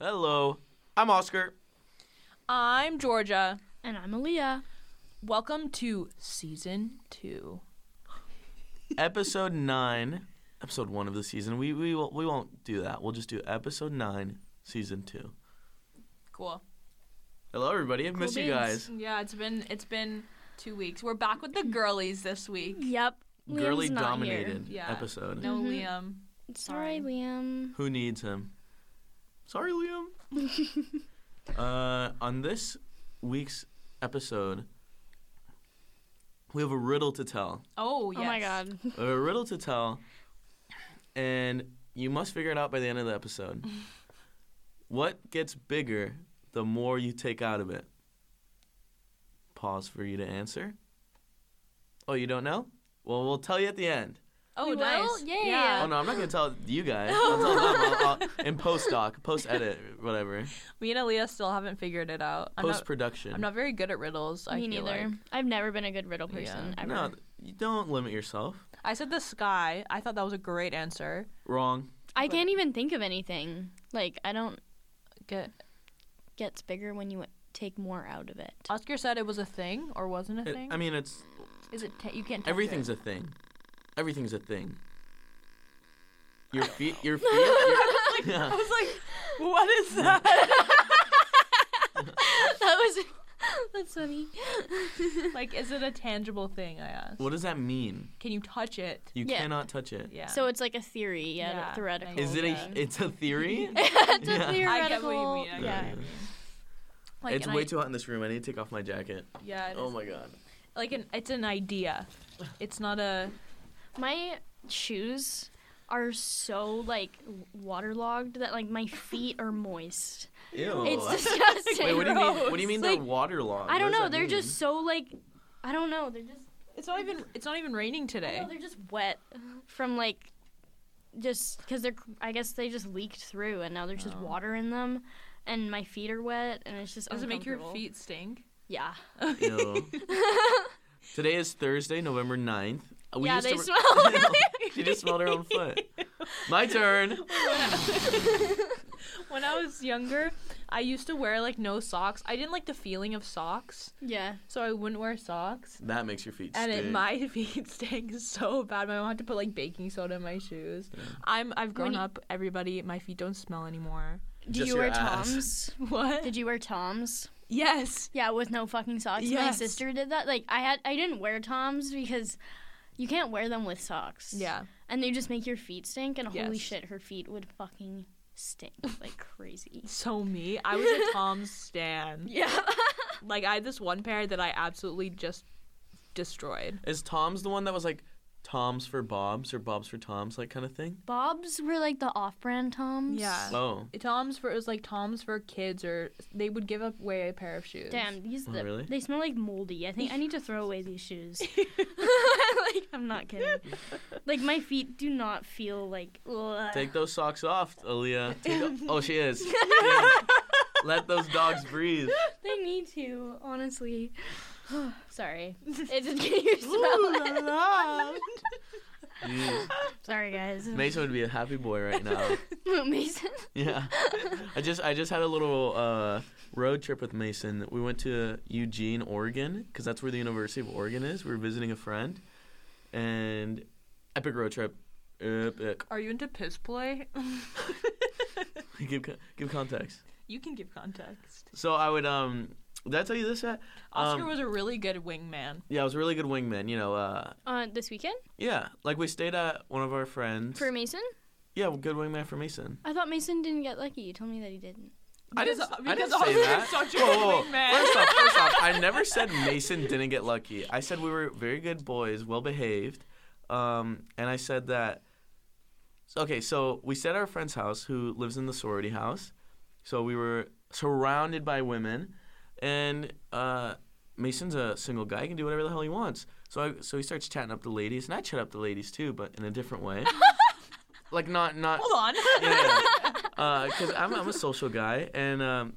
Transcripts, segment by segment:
Hello, I'm Oscar. I'm Georgia. And I'm Aaliyah. Welcome to season two. episode nine, episode one of the season. We we will, we won't do that. We'll just do episode nine, season two. Cool. Hello, everybody. I miss you guys. Yeah, it's been it's been two weeks. We're back with the girlies this week. Yep. Liam's Girly not dominated Here. Yeah. episode. No Mhm. Liam. Sorry, Liam. Who needs him? Sorry, Liam. uh, on this week's episode, we have a riddle to tell. Oh yes. Oh my god. a riddle to tell, and you must figure it out by the end of the episode. what gets bigger the more you take out of it? Pause for you to answer. Oh, you don't know? Well, we'll tell you at the end. Oh We will? nice. Yeah. Oh no, I'm not gonna tell you guys. I'll tell them I'll- I'll- in post doc, post edit, whatever, Me and Aaliyah still haven't figured it out. I'm post not, production. I'm not very good at riddles. I Me feel neither. like. I've never been a good riddle person ever. No, you don't limit yourself. I said the sky. I thought that was a great answer. Wrong. I but- can't even think of anything. Like I don't Good. gets bigger when you take more out of it. Oscar said it was a thing or wasn't a It- thing. I mean, it's Is it? ta- you can't. touch it. Everything's a thing. Everything's a thing. Your feet, your feet. Your, I yeah. was like, what is Mm. that? that was that's funny. like, is it a tangible thing? I asked. What does that mean? Can you touch it? You Yeah. cannot touch it. Yeah. So it's like a theory, yeah, Yeah, theoretical. Is it a? yeah. It's a theory. it's Yeah. a I theoretical. I get what you mean. I get yeah. what you mean. Like it's an way i- too hot in this room. I need to take off my jacket. Yeah. it Oh is. my god. Like an. It's an idea. It's not a. My shoes are so like w- waterlogged that like my feet are moist. Ew. It's disgusting. Wait, what do you mean? What do you gross. mean Like, they're waterlogged? I don't What does know. that They're mean? just so like, I don't know. They're just It's not even. It's not even raining Eh. today. no, they're just wet from like just because they're. I guess they just leaked through, and now there's just Oh. water in them, and my feet are wet, and it's just. Does it make your uncomfortable. feet stink? Yeah. Ew. Today is Thursday, November 9th. Oh, We yeah, used they to- smell. she just smelled her own foot. My turn. When I was younger, I used to wear like no socks. I didn't like the feeling of socks, yeah. so I wouldn't wear socks. That makes your feet And stink. it, my feet stink so bad. My mom had to put like baking soda in my shoes. I'm I've grown you- up. Everybody, my feet don't smell anymore. Do Just you wear your ass. Toms? What? Did you wear Toms? yes. Yeah, with no fucking socks. My Yes. sister did that. Like I had, I didn't wear Toms because you can't wear them with socks. Yeah. and they just make your feet stink. And holy Yes. shit, her feet would fucking stink like crazy. So me, I was a Tom's stan. Yeah. Like I had this one pair that I absolutely just destroyed. Is Tom's the one that was like Tom's for Bob's or Bob's for Tom's, like kind of thing? Bob's were like the off-brand Toms. Yeah. Oh, Tom's for it was like Tom's for kids, or they would give away a pair of shoes. Damn, these Oh, the, really? they smell like moldy. I think I need to throw away these shoes. like I'm not kidding. Like my feet do not feel like. ugh. take those socks off, Aaliyah. Take the- oh, she is. Yeah. Let those dogs breathe. They need to, honestly. Sorry. It just getting your smell. Jeez. Sorry, guys. Mason would be a happy boy right now. Mason. Yeah. I just I just had a little uh, road trip with Mason. We went to Eugene, Oregon, because that's where the University of Oregon is. We were visiting a friend, and epic road trip. Epic. Are you into piss play? Give co- give context. you can give context. So I would um. Did I tell you this yet? Oscar Um, was a really good wingman. Yeah, I was a really good wingman. You know, uh, Uh, this weekend yeah, like we stayed at one of our friends. for Mason. yeah, well, good wingman for Mason. I thought Mason didn't get lucky. You told me that he didn't. I Because- didn't. I didn't because say Oscar is that. such a Whoa, good whoa, whoa. wingman. First off, first off, I never said Mason didn't get lucky. I said we were very good boys, well behaved, um, and I said that. Okay, so we stayed at our friend's house, who lives in the sorority house. So we were surrounded by women, and uh, Mason's a single guy. He can do whatever the hell he wants. So I, so he starts chatting up the ladies, and I chat up the ladies too, but in a different way. like not not Hold on. yeah. Because I'm, I'm a social guy, and um,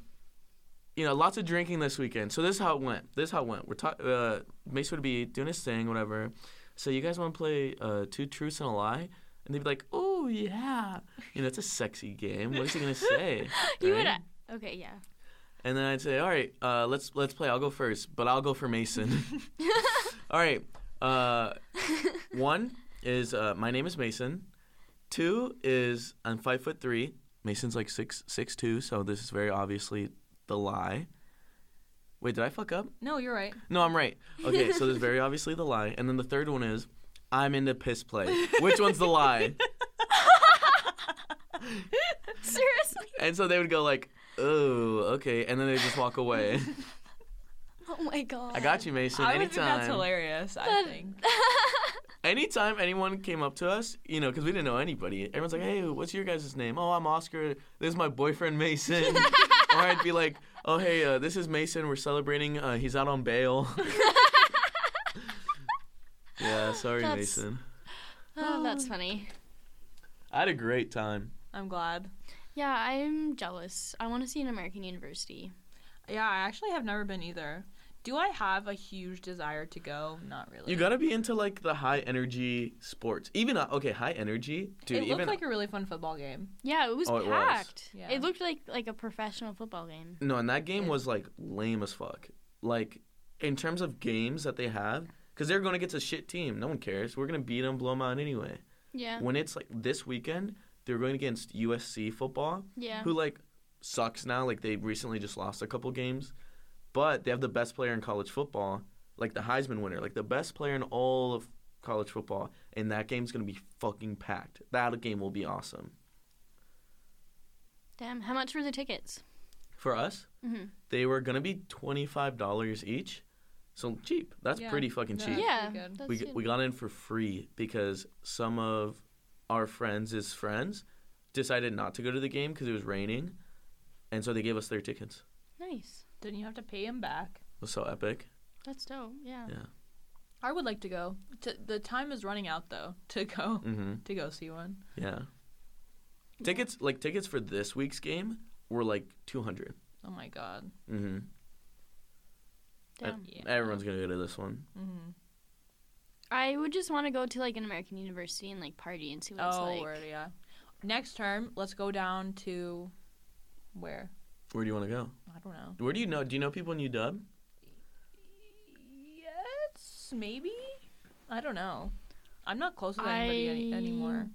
you know, lots of drinking this weekend. So this is how it went. This is how it went. We're talking. Uh, Mace would be doing his thing, whatever. So you guys want to play uh, two truths and a lie? And they'd be like, "Oh, oh yeah, you know, it's a sexy game. What is he gonna say? You would. right? Okay, yeah. And then I'd say, all right, uh, let's let's play. I'll go first, but I'll go for Mason. all right. Uh, one is uh, my name is Mason. Two is I'm five foot three. Mason's like six six two, so this is very obviously the lie. Wait, did I fuck up? No, you're right. No, I'm right. Okay, so there's very obviously the lie, and then the third one is I'm into piss play. Which one's the lie? Seriously? And so they would go like, oh, okay, and then they just walk away. Oh my god. I got you, Mason. I would anytime. think that's hilarious. I That- think. anytime anyone came up to us, you know, because we didn't know anybody, everyone's like, hey, what's your guys' name? Oh, I'm Oscar. This is my boyfriend, Mason. or I'd be like, oh, hey, uh, this is Mason. We're celebrating. Uh, he's out on bail. yeah, sorry, That's- Mason. Oh, that's funny. I had a great time. I'm glad. Yeah, I'm jealous. I want to see an American university. Yeah, I actually have never been either. Do I have a huge desire to go? Not really. You gotta be into like the high energy sports. Even uh, okay, high energy, dude. it looked even like a really fun football game. Yeah, it was Oh, it was. packed. Yeah. It looked like like a professional football game. No, and that game was like lame as fuck. Like in terms of games that they have, because they're going to get a shit team. No one cares. We're going to beat them, blow them out anyway. Yeah. When it's like this weekend, they're going against USC football, Yeah. who like sucks now. Like they recently just lost a couple games, but they have the best player in college football, like the Heisman winner, like the best player in all of college football, and that game's going to be fucking packed. That game will be awesome Damn. How much were the tickets? for us. Mhm. They were going to be twenty five dollars each, so cheap. That's Yeah. pretty fucking Yeah. cheap. yeah. pretty good. that's Mm. we, good. we got in for free because some of our friends' friends decided not to go to the game because it was raining, and so they gave us their tickets. nice. Didn't you have to pay him back? It was so epic. That's dope. Yeah. Yeah. I would like to go. T- the time is running out though to go Mm-hmm. to go see one. Yeah. Tickets like tickets for this week's game were like two hundred. Oh my god. Mm-hmm. Damn. Yeah. Everyone's gonna go to this one. Mhm. I would just want to go to like an American university and like party and see what it's Oh, like. word, yeah. Next term, let's go down to where? Where do you want to go? I don't know. Where do you know? Do you know people in UW? Yes, maybe. I don't know. I'm not close with anybody any- I- anymore.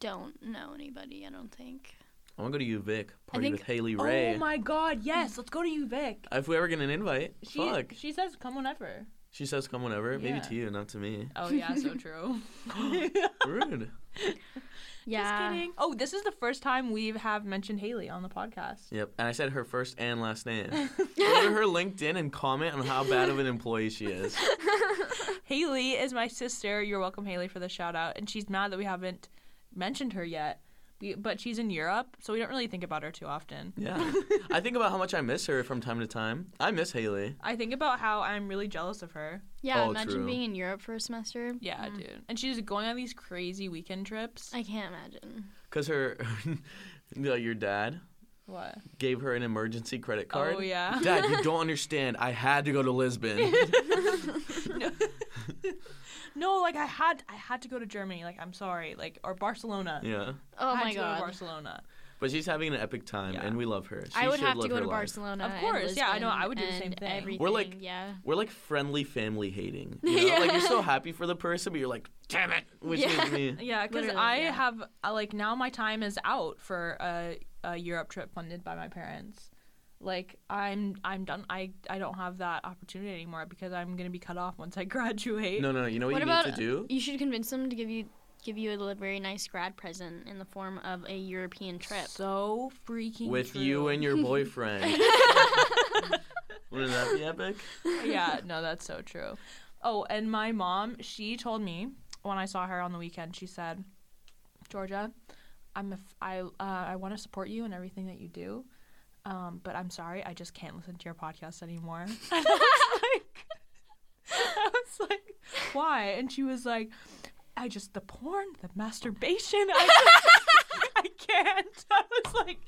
Don't know anybody. I don't think. I want to go to UVic. Party think- with Haley Ray. Oh my god, yes, let's go to UVic. if we ever get an invite, She fuck. she says come whenever. She says come whenever. Yeah. Maybe to you, not to me. Oh yeah, so true. Rude. Yeah. Just kidding. Oh, this is the first time we have mentioned Haley on the podcast. Yep, and I said her first and last name. Go to her LinkedIn and comment on how bad of an employee she is. Haley is my sister. You're welcome, Haley, for the shout out. And she's mad that we haven't mentioned her yet. We, but she's in Europe, so we don't really think about her too often. Yeah, I think about how much I miss her from time to time. I miss Haley. I think about how I'm really jealous of her. Yeah. Oh, imagine true. being in Europe for a semester. Yeah, dude. And she's going on these crazy weekend trips. Mm. I can't imagine. cause her, no, your dad What? gave her an emergency credit card. Oh yeah. Dad, you don't understand. I had to go to Lisbon. no. no, like I had I had to go to Germany. Like I'm sorry. Like or Barcelona. yeah, Oh I had my to go to god. Barcelona. but she's having an epic time, Yeah. and we love her. She I would should have to live go her to life. Barcelona. Of and course, yeah, I know, Lisbon I would do the same and thing. We're like- everything, yeah. We're like friendly family hating. You know? Yeah. Like you're so happy for the person, but you're like, damn it, which Yeah. is me. Yeah, because Literally, I yeah. have uh, like now my time is out for a, a Europe trip funded by my parents. Like I'm I'm done. I I don't have that opportunity anymore because I'm gonna be cut off once I graduate. No, no, no. You know what, What you about- need to do? You should convince them to give you give you a li- very nice grad present in the form of a European trip. So freaking with true. you and your boyfriend. Wouldn't that be epic? yeah, no, that's so true. Oh, and my mom, she told me when I saw her on the weekend, she said, Georgia, I'm a f- I, uh, I want to support you in everything that you do, um, but I'm sorry, I just can't listen to your podcast anymore. And I was like, I was like, why? And she was like, I just the porn, the masturbation. I, just, I can't. I was like,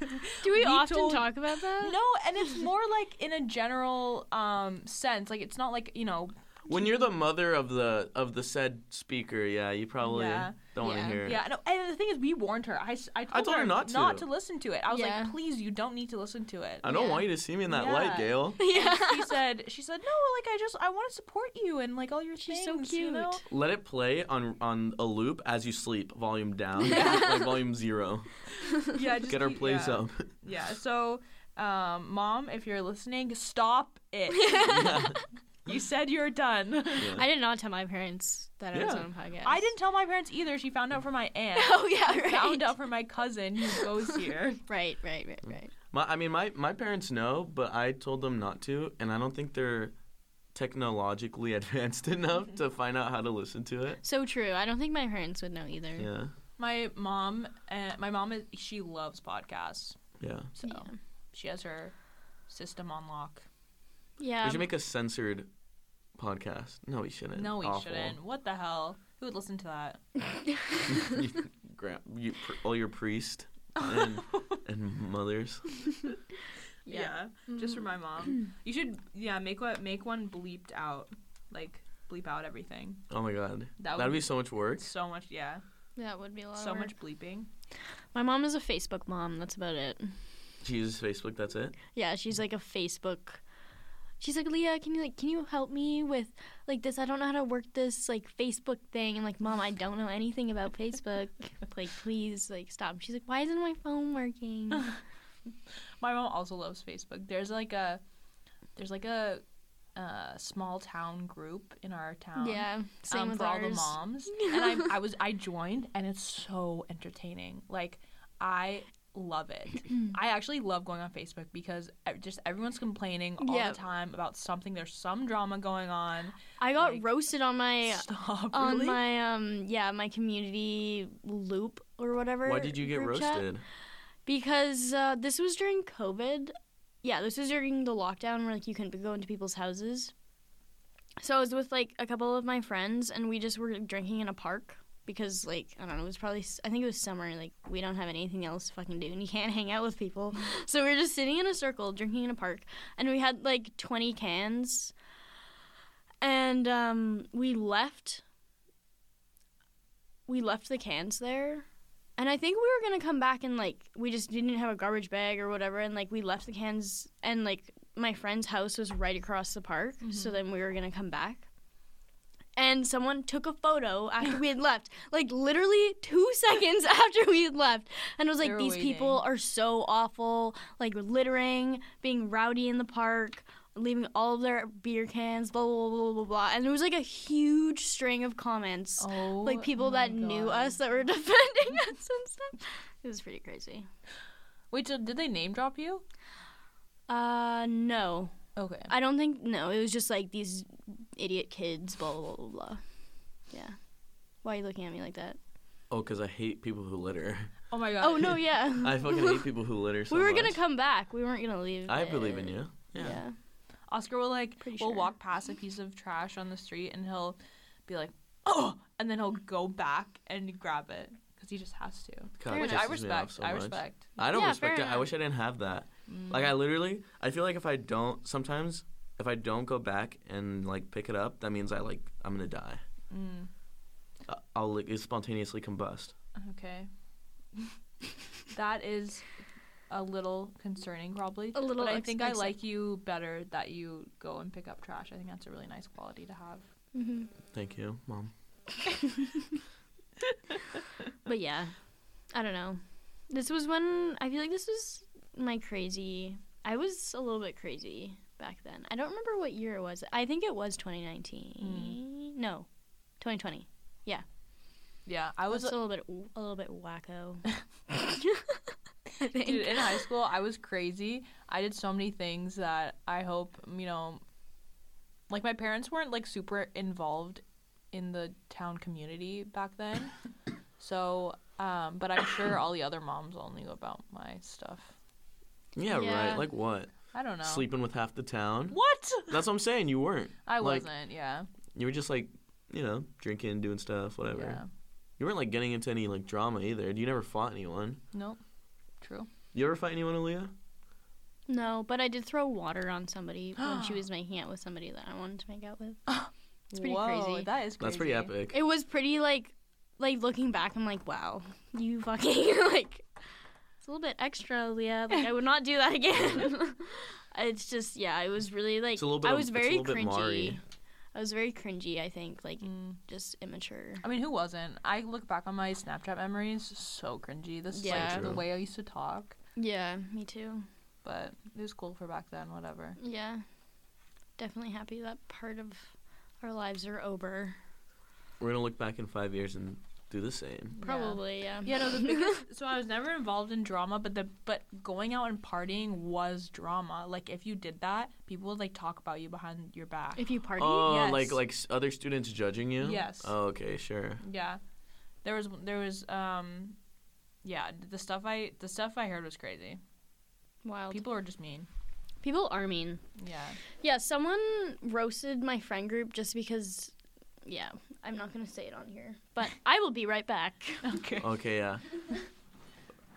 Do we, We often told- talk about that? no, and it's more like in a general um, sense. Like it's not like you know When you're the mother of the of the said speaker, yeah, you probably Yeah. don't want Yeah. to hear it. Yeah, no, and the thing is, we warned her. I, s- I told, told her not to. Uh, listen to it. I was Yeah. like, please, you don't need to listen to it. I don't Yeah. want you to see me in that light, Yeah. Gail. yeah. And she said, she said, no, like I just, I want to support you and like all your She's so things. You know? cute. Let it play on on a loop as you sleep, volume down, like volume zero. Yeah, just Get our keep- plays yeah. up. Yeah. So, um, mom, if you're listening, stop it. Yeah. you said you're done. Yeah. I did not tell my parents that I was Yeah. on a podcast. I didn't tell my parents either. She found out from my aunt. Oh yeah, right. Found out from my cousin who goes here. Right, right, right, right. My, I mean, my, my parents know, but I told them not to, and I don't think they're technologically advanced enough to find out how to listen to it. So true. I don't think my parents would know either. Yeah, My mom, uh, my mom is she loves podcasts, yeah. so she has her system on lock. Yeah. we should make a censored podcast. No, we shouldn't. No, we Awful. shouldn't. What the hell? Who would listen to that? You- gra- you, pr- all your priest and, and mothers. yeah. Just for my mom. You should yeah, make what make one bleeped out. Like bleep out everything. Oh my god, That that'd would be so much work. So much yeah. That would be a lot. So of work. much bleeping. My mom is a Facebook mom. That's about it. She uses Facebook. That's it. Yeah, she's like a Facebook. She's like, Leah, can you like, can you help me with like this? I don't know how to work this like Facebook thing. And like, mom, I don't know anything about Facebook. like, please, like, stop. She's like, why isn't my phone working? Uh-huh. My mom also loves Facebook. There's like a there's like a uh, small town group in our town. yeah, same um, with for ours. all the moms. and I, I was I joined, and it's so entertaining. Like I love it. I actually love going on Facebook because I- just everyone's complaining all Yeah. the time about something. There's some drama going on. I got like- roasted on my Stop. on really? my um yeah my community loop or whatever. Why did you get group chat. roasted? because uh, this was during COVID. Yeah, this was during the lockdown where like you couldn't go into people's houses. So I was with like a couple of my friends, and we just were drinking in a park because like I don't know, it was probably I think it was summer. Like we don't have anything else to fucking do, and you can't hang out with people. so we were just sitting in a circle drinking in a park, and we had like twenty cans, and um, we left. We left the cans there, and I think we were gonna come back and like we just didn't have a garbage bag or whatever, and like we left the cans and like my friend's house was right across the park, Mm-hmm. so then we were gonna come back. And someone took a photo after we had left, like literally two seconds after we had left, and I was like, They were "These people are so awful, like littering, being rowdy in the park." Leaving all of their beer cans, blah blah blah blah blah, blah, and there was like a huge string of comments oh, like people my that knew God. us that were defending us and stuff. It was pretty crazy. Wait, so did they name drop you? Uh, no, Okay. I don't think no. It was just like these idiot kids, blah blah blah blah. Yeah. Why are you looking at me like that? Oh, because I hate people who litter. Oh my god. Oh no, yeah. I fucking hate people who litter. So we were much. gonna come back. We weren't gonna leave. I it. believe in you. Yeah. yeah. Oscar will like Pretty will sure. walk past a piece of trash on the street and he'll be like, oh, and then he'll go back and grab it because he just has to. God, Fair it Which enough. I pisses me off respect. so I much. respect. I don't Yeah, respect it. fair I wish I didn't have that. Like I literally, I feel like if I don't, sometimes if I don't go back and like pick it up, that means I like I'm gonna die. Mm, I- I'll like it spontaneously combust. okay. that is a little concerning, probably. A little But I think I ex- like you better that you go and pick up trash. I think that's a really nice quality to have. Mm-hmm. Thank you, mom. But yeah, I don't know. This was when I feel like this was my crazy. I was a little bit crazy back then. I don't remember what year it was. I think it was 2019. No, 2020. Yeah, I I was was. a little bit a little bit wacko. I think. Dude, in high school, I was crazy. I did so many things that I hope, you know, like my parents weren't like super involved in the town community back then. so, um, but I'm sure all the other moms all knew about my stuff. Yeah, Yeah. right. Like what? I don't know. Sleeping with half the town. What? That's what I'm saying. You weren't. I Like, wasn't, yeah. You were just like, you know, drinking, doing stuff, whatever. Yeah. You weren't like getting into any like drama either. You never fought anyone. Nope. True. You ever fight anyone, Aaliyah? no, but I did throw water on somebody when she was making out with somebody that I wanted to make out with. It's pretty Whoa, crazy. That is crazy. That's pretty epic. It was pretty like like looking back, I'm like, wow, you fucking like it's a little bit extra, Leah. Like I would not do that again. it's just yeah, it was really like It's a little bit I of- was it's a very little bit cringy. Maury. I was very cringy, I think, like Mm. just immature. I mean, who wasn't? I look back on my Snapchat memories, so cringy. This is Yeah. like the True. way I used to talk, Yeah, me too. but it was cool for back then. Whatever. Yeah. Definitely happy that part of our lives are over. We're gonna look back in five years and do the same. Yeah. Probably, yeah. Yeah, no, the biggest. so I was never involved in drama, but the but going out and partying was drama. Like if you did that, people would like talk about you behind your back. If you party, Oh, Yes. like like s- other students judging you? Yes. Oh, okay, sure. Yeah, there was there was um, yeah, the stuff I the stuff I heard was crazy. wild. People, People were just mean. people are mean. Yeah, Yeah, someone roasted my friend group just because. Yeah, I'm not gonna say it on here, but I will be right back. okay, Okay, yeah.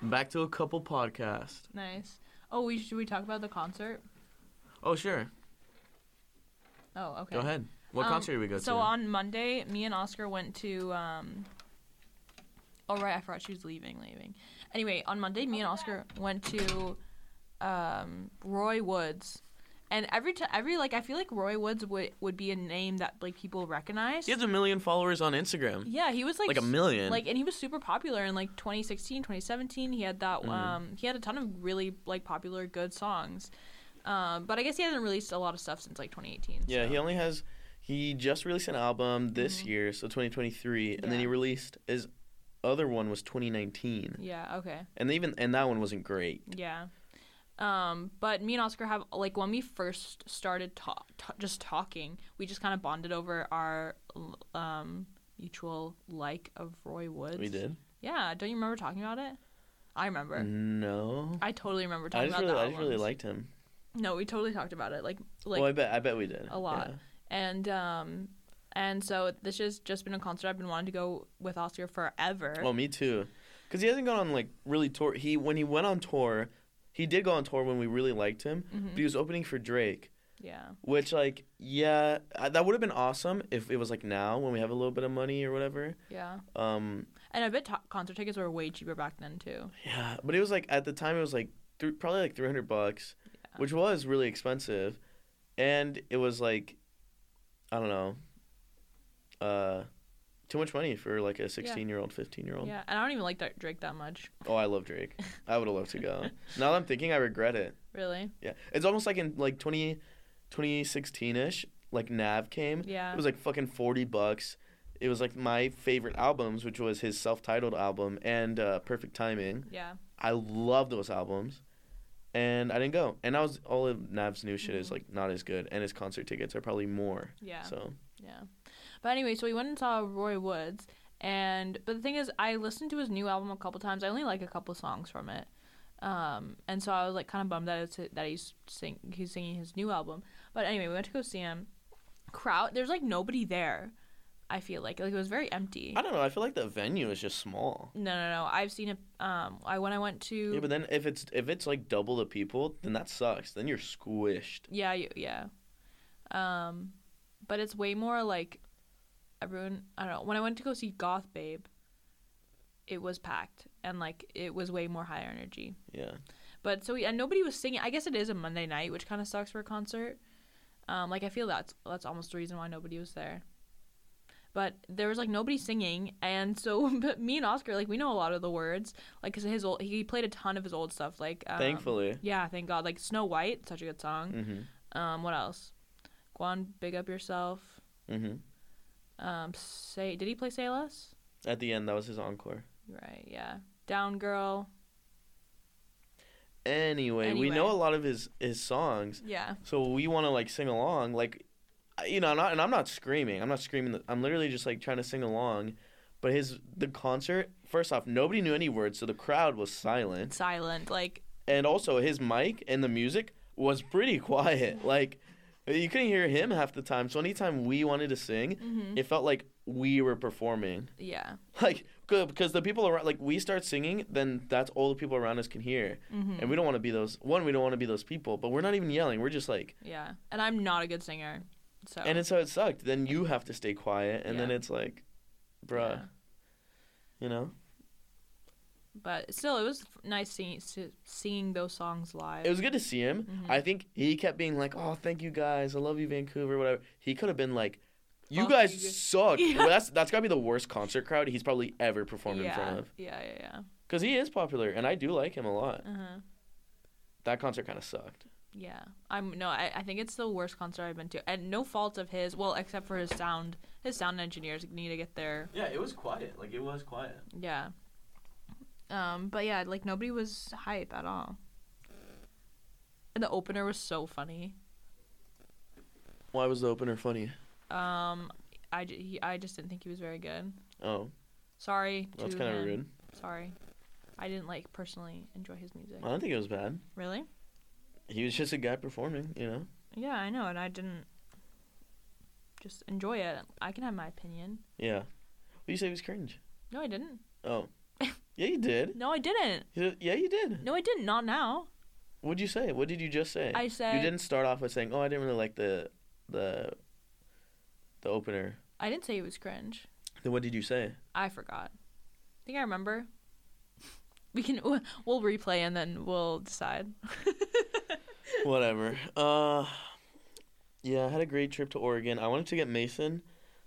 back to a couple podcast. nice. Oh, we should we talk about the concert? Oh, sure. Oh, okay. Go ahead. What Um, concert did we go to? So on Monday, me and Oscar went to. Um, oh right, I forgot she was leaving. Leaving. Anyway, on Monday, me and Oscar went to um, Roy Woods, and every time, every like, I feel like Roy Woods would would be a name that like people recognize. he has a million followers on Instagram. yeah, he was like Like a s- million. Like and he was super popular in like 2016, 2017. He had that Mhm. um he had a ton of really like popular good songs. Um, but I guess he hasn't released a lot of stuff since like 2018. yeah, so. he only has. He just released an album this year, so 2023, and then he Mm-hmm. Yeah. released his other one was 2019, Yeah, okay. and they even and that one wasn't great. Yeah. Um, but me and Oscar have like when we first started ta- ta- just talking, we just kind of bonded over our l- um mutual like of Roy Woods. we did. Yeah, don't you remember talking about it? I remember. No, I totally remember I talking just about really, that. I just really liked him. No, we totally talked about it. Like like well, I bet I bet we did a lot. Yeah. and um and so this has just been a concert I've been wanting to go with Oscar forever. Well, me too, because he hasn't gone on like really tour. He when he went on tour, he did go on tour when we really liked him, but he was opening for Drake. Mm-hmm. yeah. Which, like, yeah, I, that would have been awesome if it was like now when we have a little bit of money or whatever. Yeah. Um, And I bet ta- concert tickets were way cheaper back then too. yeah, but it was like at the time it was like thr probably like three hundred bucks, which was really expensive, and it was like, I don't know, uh, too much money for like a sixteen-year-old, fifteen-year-old. Yeah, and I don't even like that Drake that much. Oh, I love Drake. I would have loved to go. now that I'm thinking, I regret it. Really? Yeah, it's almost like in like 20, 2016 ish. Like Nav came. Yeah. It was like fucking forty bucks. It was like my favorite albums, which was his self-titled album and uh, Perfect Timing. Yeah. I love those albums, and I didn't go. And I was all of Nav's new shit is like not as good, and his concert tickets are probably more. Mm-hmm. Yeah. So Yeah. But anyway, so we went and saw Roy Woods and but the thing is I listened to his new album a couple times. I only like a couple songs from it. Um and so I was like kind of bummed that it's that he's sing he's singing his new album. But anyway, we went to go see him. Crowd there's like nobody there. I feel like like it was very empty. I don't know. I feel like the venue is just small. No, no, no. I've seen it um I when I went to Yeah, but then if it's if it's like double the people, then that sucks. Then you're squished. Yeah, you, yeah. Um, but it's way more like everyone. I don't know. When I went to go see Goth Babe, it was packed and like it was way more high energy. Yeah. But so we, and nobody was singing. I guess it is a Monday night, which kind of sucks for a concert. Um, like I feel that's that's almost the reason why nobody was there. But there was like nobody singing, and so but me and Oscar like we know a lot of the words, like 'cause his old he played a ton of his old stuff, like um, Thankfully. yeah, thank God, like Snow White, such a good song. Mhm. Um, what else? Guan, big up yourself. Mhm. Um, say, did he play Say Less? At the end, that was his encore. Right, yeah. Down Girl. Anyway, we know Anyway. a lot of his his songs, Yeah, so we want to like sing along. Like, I- you know, not, and I'm not screaming. I'm not screaming. the- I'm literally just like trying to sing along. But his the concert. First off, nobody knew any words, so the crowd was silent. silent. Like, And also, his mic and the music was pretty quiet. Like, you couldn't hear him half the time. So anytime we wanted to sing, it felt like we were performing. yeah, Like, good because the people around, like, we start singing, then that's all the people around us can hear, and we don't want to be those. One, we don't want to be those people, but we're not even yelling. We're just like, yeah. And I'm not a good singer. So And it's how it sucked. Then you have to stay quiet, and then Yeah. it's like, bruh, yeah. you know. But still, it was f- nice seeing s- seeing those songs live. It was good to see him. Mhm. I think he kept being like, "Oh, thank you guys. I love you, Vancouver. Whatever." He could have been like, "You Fuck guys you guys." suck." Yeah. Well, that's that's gotta be the worst concert crowd he's probably ever performed yeah, in front of. yeah, yeah, yeah. Because he is popular, and I do like him a lot. Uh-huh. That concert kind of sucked. Yeah. I'm no, I, I think it's the worst concert I've been to. And no fault of his well, except for his sound his sound engineers need to get their Yeah, it was quiet. Like it was quiet. yeah. Um, but yeah, like nobody was hype at all. And the opener was so funny. Why was the opener funny? Um, I, ju- he, I just didn't think he was very good. Oh, Sorry. that's to kind of him. rude. Sorry. I didn't like personally enjoy his music. I don't think it was bad. Really? He was just a guy performing, you know. Yeah, I know, and I didn't just enjoy it. I can have my opinion. Yeah. But you say he was cringe. No, I didn't. Oh. yeah, you did. No, I didn't. You did- Yeah, you did. No, I didn't. Not now. What'd you say? What did you just say? I You said- didn't start off with saying, "Oh, I didn't really like the the the opener." I didn't say it was cringe. Then what did you say? I forgot. I think I remember. We can we'll replay and then we'll decide. Whatever. Uh, yeah, I had a great trip to Oregon. I wanted to get Mason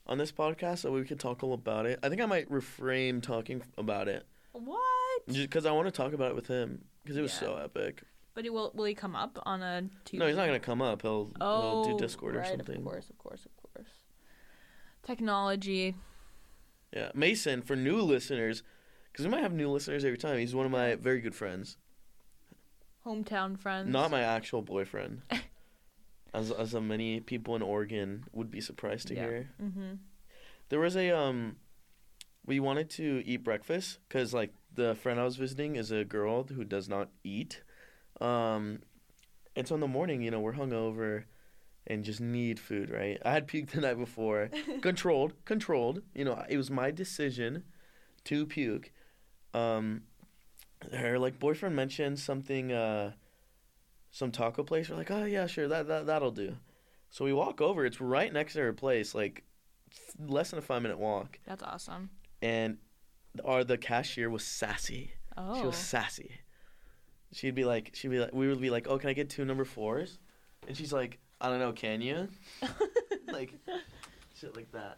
on this podcast so we could talk all about it. I think I might reframe talking about it what? because I want to talk about it with him because it was Yeah. so epic. But it will will he come up on a Tuesday? No, he's not gonna come up. He'll Oh, he'll do Discord right, or something. Of course, of course, of course. Technology. Yeah, Mason for new listeners, because we might have new listeners every time. He's one of my very good friends. hometown friends. Not my actual boyfriend. as as uh, many people in Oregon would be surprised to Yeah. hear. Mm-hmm. There was a um we wanted to eat breakfast cuz like the friend I was visiting is a girl who does not eat. Um and so in the morning, you know, we're hungover and just need food, right? I had puked the night before. controlled, controlled. You know, it was my decision to puke. Um her like boyfriend mentioned something uh some taco place. We're like, oh yeah, sure, that, that that'll do. So we walk over. It's right next to her place, like f- less than a five minute walk. That's awesome. And our the cashier was sassy. Oh. She was sassy. She'd be like, she'd be like, we would be like, oh, can I get two number fours? And she's like, I don't know, can you? like, shit like that.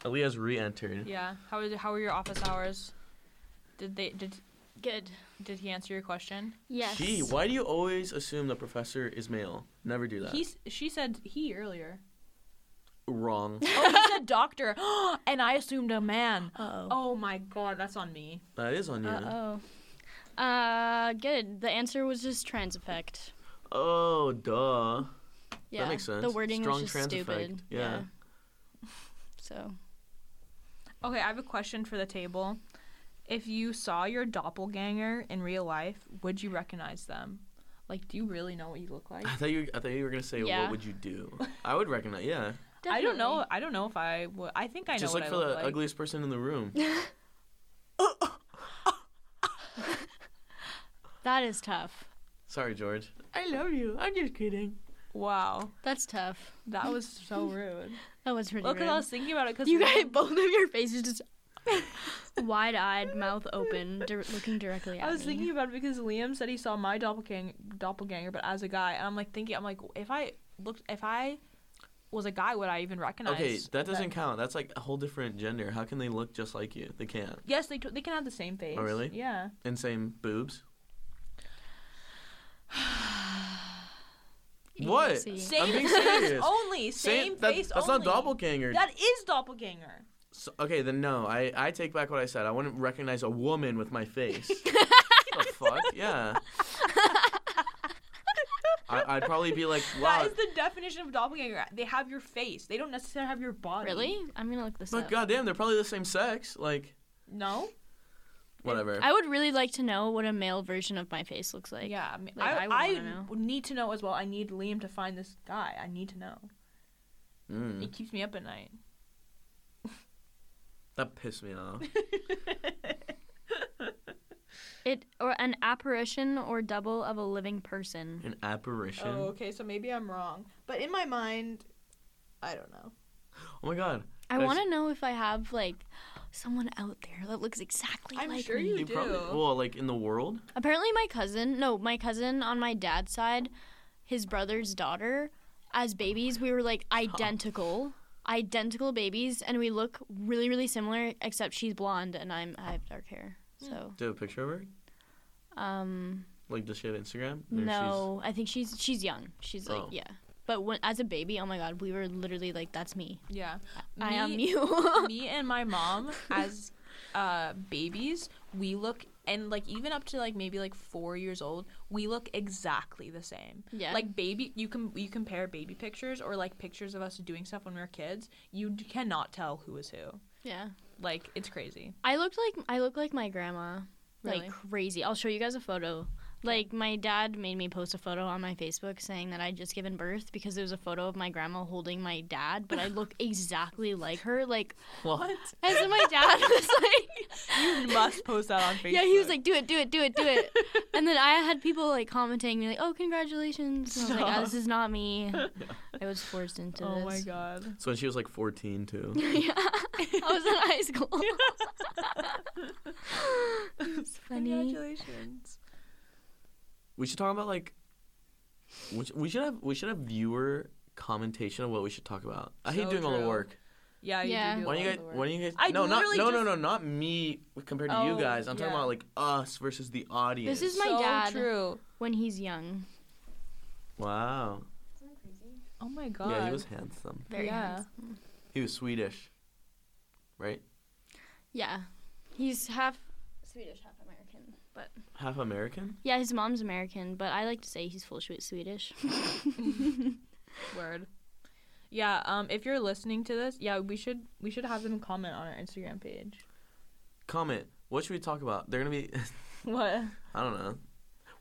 Aaliyah's re-entered. yeah. How was how were your office hours? Did they did Good. did he answer your question? Yes. He, why do you always assume the professor is male? Never do that. He s- she said he earlier. wrong. Oh, he said doctor, and I assumed a man. Oh. Oh my god, that's on me. That is on you. Uh oh. Uh, good. The answer was just trans effect. Oh, duh. Yeah. makes sense. The wording Strong was just trans stupid. effect. Yeah. So Okay, I have a question for the table. If you saw your doppelganger in real life, would you recognize them? Like, do you really know what you look like? I thought you. I thought you were gonna say, Yeah. "What would you do?" I would recognize. Yeah, I don't know. I don't know if I would. I think I know just what look I for look the like. ugliest person in the room. That is tough. Sorry, George. I love you. I'm just kidding. Wow, That's tough. that was so rude. That was really. Well, because I rude. was thinking about it. Because You guys, both of your faces just wide-eyed, mouth open, dir- looking directly at I was me. thinking about it because Liam said he saw my doppelganger, doppelganger, but as a guy, and I'm like thinking, I'm like, if I looked, if I was a guy, would I even recognize? Okay, that doesn't count. That's like a whole different gender. How can they look just like you? They can't. Yes, they t- they can have the same face. Oh, really? Yeah. And same boobs. What? Easy. Same being face serious. only. Same, that- face That's only. not doppelganger. That is doppelganger. So- okay, then no. I, I take back what I said. I wouldn't recognize a woman with my face. the fuck? Yeah. I, I'd probably be like, wow. That is the definition of doppelganger. They have your face. They don't necessarily have your body. Really? I'm gonna look this But up. goddamn, they're probably the same sex. Like, No. whatever. I would really like to know what a male version of my face looks like. yeah. I, mean, like, I, I would I, wanna know. would need to know as well. I need Liam to find this guy. I need to know. Mm, It keeps me up at night. that pissed me off. It or an apparition or double of a living person. An apparition. Oh, Oh, okay. So maybe I'm wrong, but in my mind, I don't know. Oh my god. I Guys- want to know if I have like someone out there that looks exactly I'm like sure me. you You probably do. well, like in the world. Apparently, my cousin, no, my cousin on my dad's side, his brother's daughter, as babies, we were like identical, identical babies, and we look really, really similar, except she's blonde and I'm I have dark hair. Hmm. So, Do you have a picture of her? um, Like, does she have Instagram? Or no, I think she's she's young. She's like Oh. yeah, but when as a baby, oh my god, we were literally like that's me. Yeah, I am Me- you. me and my mom as uh, babies, we look and like even up to like maybe like four years old, we look exactly the same. Yeah. Like baby, you can you compare baby pictures or like pictures of us doing stuff when we were kids. You d- cannot tell who is who. yeah, Like it's crazy. I looked like I look like my grandma, Really? like crazy. I'll show you guys a photo. Like my dad made me post a photo on my Facebook saying that I'd just given birth because there was a photo of my grandma holding my dad, but I look exactly like her. Like, She's... What? and so my dad was like, You must post that on Facebook. yeah, he was like, do it, do it, do it, do it. and then I had people like commenting, me like, oh, congratulations. And I was like, "Ah, this is not me. I was forced into oh my this. god. So when she was like 14 too. yeah, I was in high school. it's funny. Congratulations. We should talk about like. We should, we should have we should have viewer commentation of what we should talk about. I hate So doing all the true. work. Yeah, you Yeah. do. do a Why don't you lot of guys? the work. Why don't you guys? I no, not literally no, no, just- no, not me compared to you Oh, guys. I'm talking yeah. about like us versus the audience. This is my so dad. true. When he's young. wow. Oh my god. Yeah, he was handsome. Very Yeah. handsome. He was Swedish, right? Yeah. He's half Swedish, half American. But Half American. yeah, his mom's American, but I like to say he's full Swe- Swedish. Word. Yeah, um, if you're listening to this, yeah, we should we should have them comment on our Instagram page. Comment. What should we talk about? They're gonna be. What? I don't know.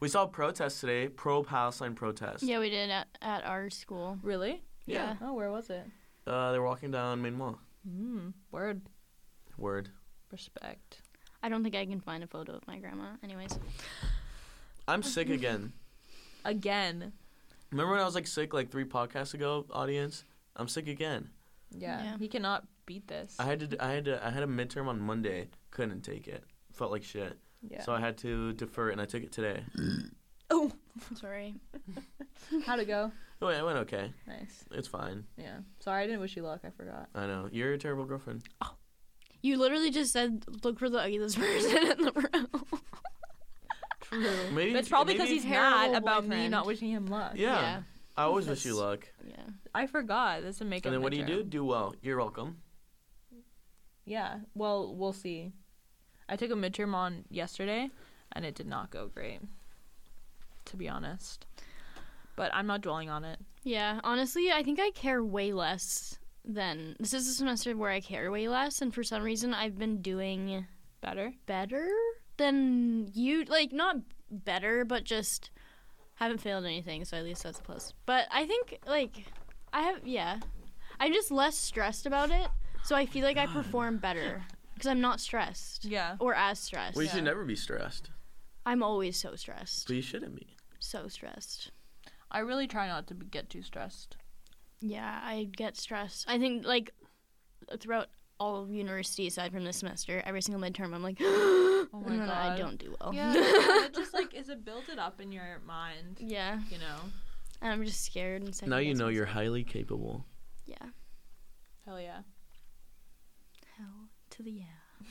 We saw a protest today. Pro Palestine protest. yeah, we did at, at our school. Really? Yeah. Oh, where was it? Uh, they're walking down Main Mall. Mm, word. Word. Respect. I don't think I can find a photo of my grandma. Anyways. I'm sick again. Again. Remember when I was like sick like three podcasts ago, audience? I'm sick again. Yeah. Yeah. He cannot beat this. I had to. d- I had to. I had a midterm on Monday. Couldn't take it. Felt like shit. yeah. So I had to defer it, and I took it today. oh, Sorry. how'd it go? Oh, it went okay. Nice. It's fine. Yeah. Sorry, I didn't wish you luck. I forgot. I know. You're a terrible girlfriend. You literally just said look for the ugliest person in the room. True. Maybe That's probably maybe- because he's Terrible mad about me boyfriend. not wishing him luck. Yeah. Yeah. I always wish you That's- luck. Yeah. I forgot. That's a makeup. And then what do you picture. do? Do well. You're welcome. Yeah. Well, we'll see. I took a midterm on yesterday, and it did not go great, to be honest. But I'm not dwelling on it. Yeah, honestly, I think I care way less than this is a semester where I care way less and for some reason I've been doing Better. better than you like not better but just haven't failed anything so at least that's a plus but i think like i have yeah i'm just less stressed about it so i feel like i perform better because i'm not stressed Yeah. or as stressed Well, you Yeah. should never be stressed. i'm always so stressed But you shouldn't be. so stressed I really try not to be- get too stressed. yeah i get stressed i think like throughout all of university aside from this semester every single midterm i'm like Oh and then Mm, i don't do well Yeah. it just like is it built it up in your mind, yeah you know? and i'm just scared and second now you guessing know you're highly capable. myself. yeah Hell yeah. Hell to the yeah.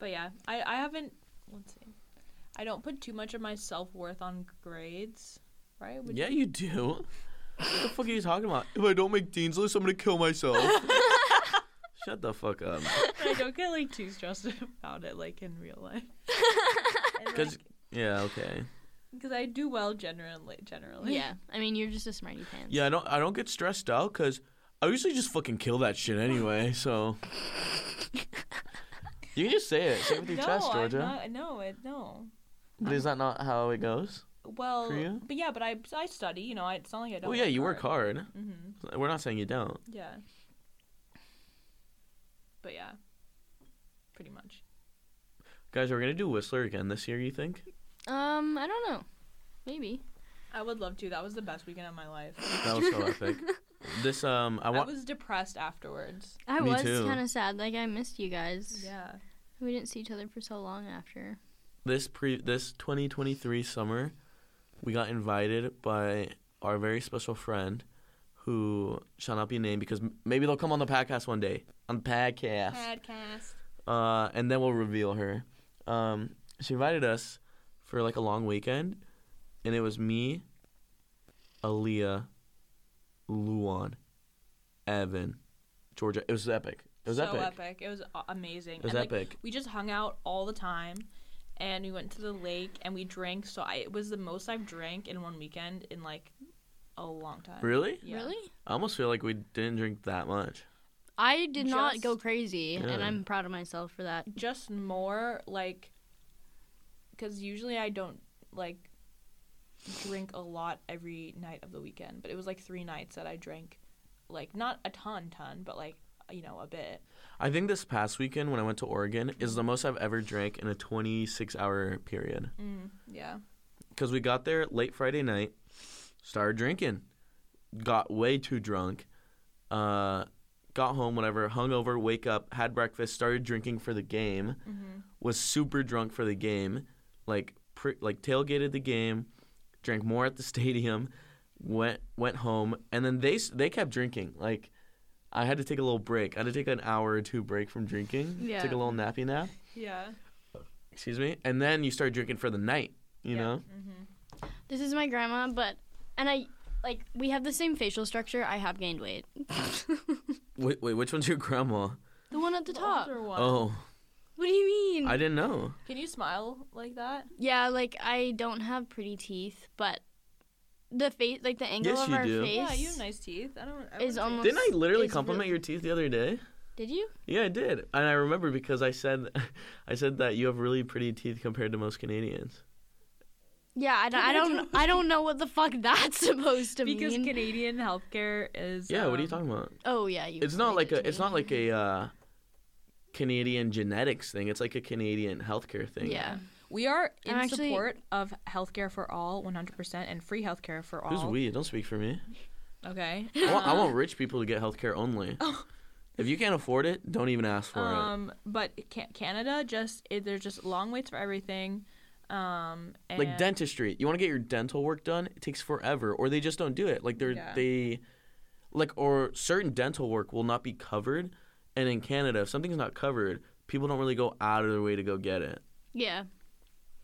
But yeah, I I haven't. Let's see. I don't put too much of my self worth on grades, right? Would yeah, you do. what the fuck are you talking about? If I don't make dean's list, I'm gonna kill myself. Shut the fuck up. I don't get like too stressed about it like in real life. Because yeah, okay. because I do well generally. Generally, Yeah, I mean you're just a smarty pants. Yeah, I don't. I don't get stressed out because I usually just fucking kill that shit anyway. So you can just say it. Say it with your no, chest, Georgia. I'm not, no, it, no. But is that not how it goes? Well, For you? but yeah, but I I study. You know, I, it's not like I don't. Well, Oh, yeah, you work hard. Mm-hmm. We're not saying you don't. Yeah. But yeah, pretty much. Guys, are we gonna do Whistler again this year? You think? Um, I don't know. Maybe. I would love to. That was the best weekend of my life. That was so epic. This um, I I want. was depressed afterwards. I Me was too. kind of sad. Like I missed you guys. Yeah. We didn't see each other for so long after. this pre this 2023 summer, we got invited by our very special friend, who shall not be named because m- maybe they'll come on the podcast one day. On the podcast, Podcast. uh, and then we'll reveal her. Um, she invited us for like a long weekend, and it was me, Aaliyah, Luan, Evan, Georgia. It was epic. It was so epic. It was a- amazing. It was and, like, epic. we just hung out all the time and we went to the lake and we drank so I, it was the most i've drank in one weekend in like a long time Really? Yeah. Really? I almost feel like we didn't drink that much. I did not go Just- crazy, Yeah. and I'm proud of myself for that. just more like because usually i don't like drink a lot every night of the weekend but it was like three nights that i drank like not a ton ton but like you know a bit I think this past weekend when I went to Oregon is the most I've ever drank in a 26 hour period. mm, yeah Because we got there late Friday night, started drinking, got way too drunk, uh, got home, whatever, hungover, wake up, had breakfast, started drinking for the game, Mm-hmm. was super drunk for the game, like pre- like tailgated the game, drank more at the stadium, went went home, and then they s- they kept drinking. Like I had to take a little break. I had to take an hour or two break from drinking. Yeah. Took a little nappy nap. yeah Excuse me. And then you start drinking for the night. You Yeah. Mm-hmm. know. This is my grandma, but and I like we have the same facial structure. I have gained weight. the Wait, wait, which one's your grandma? one at the, top. older one. Oh, What do you mean? I didn't know. can you smile like that yeah, like I don't have pretty teeth, but the face, like the angle Yes, of you our do. face. yeah you have nice teeth i don't I Is wouldn't say- almost- Didn't I literally It's compliment really- your teeth the other day? Did you? Yeah, I did. And I remember because I said I said that you have really pretty teeth compared to most Canadians. Yeah, I don't. I don't. I don't know what the fuck that's supposed to because mean. Canadian healthcare is Yeah, what are you um, talking about? oh yeah, you. It's not like explained a it to it's me. not like a uh, Canadian genetics thing. It's like a Canadian healthcare thing. Yeah. We are in I'm actually- support of healthcare for all, 100%, and free healthcare for all. Who's we? Don't speak for me. Okay. Um, I want, I want rich people to get healthcare only. Oh. If you can't afford it, don't even ask for Um, but ca- Canada just it, there's just long waits for everything. Um, it. and Like dentistry, you want to get your dental work done, it takes forever, or they just don't do it. Like they're Yeah. they, like or certain dental work will not be covered, and in Canada, if something's not covered, people don't really go out of their way to go get it. Yeah.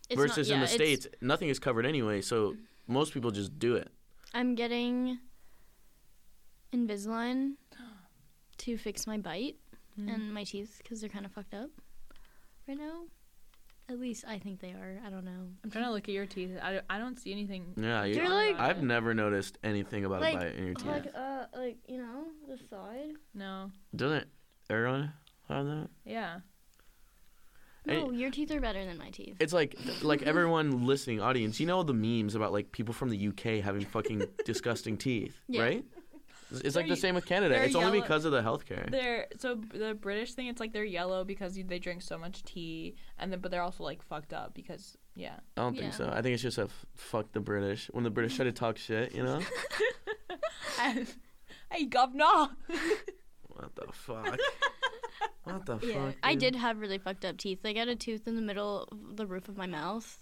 It's not- Versus in yeah, the it's- states, nothing is covered anyway, so most people just do it. I'm getting Invisalign to fix my bite Hmm. and my teeth because they're kind of fucked up right now. At least I think they are. I don't know. I'm trying to look at your teeth. I don't, I don't see anything. Yeah, you, They're like- I've never noticed anything about Like, a bite in your teeth. Like, uh, like you know, the side. no. Doesn't everyone have that? Yeah. No, your teeth are better than my teeth. It's like like everyone listening, audience, you know the memes about like people from the UK having fucking disgusting teeth, Yeah. right? It's, it's like They're the same with Canada. they're It's only yellow- because of the healthcare. They're so the British thing. It's like they're yellow because you, they drink so much tea, and then but they're also like fucked up because yeah. I don't think Yeah. so. I think it's just a f- fuck the British. When the British try to talk shit, you know? hey governor. what the fuck? What the fuck? I dude? did have really fucked up teeth. Like I had a tooth in the middle of the roof of my mouth,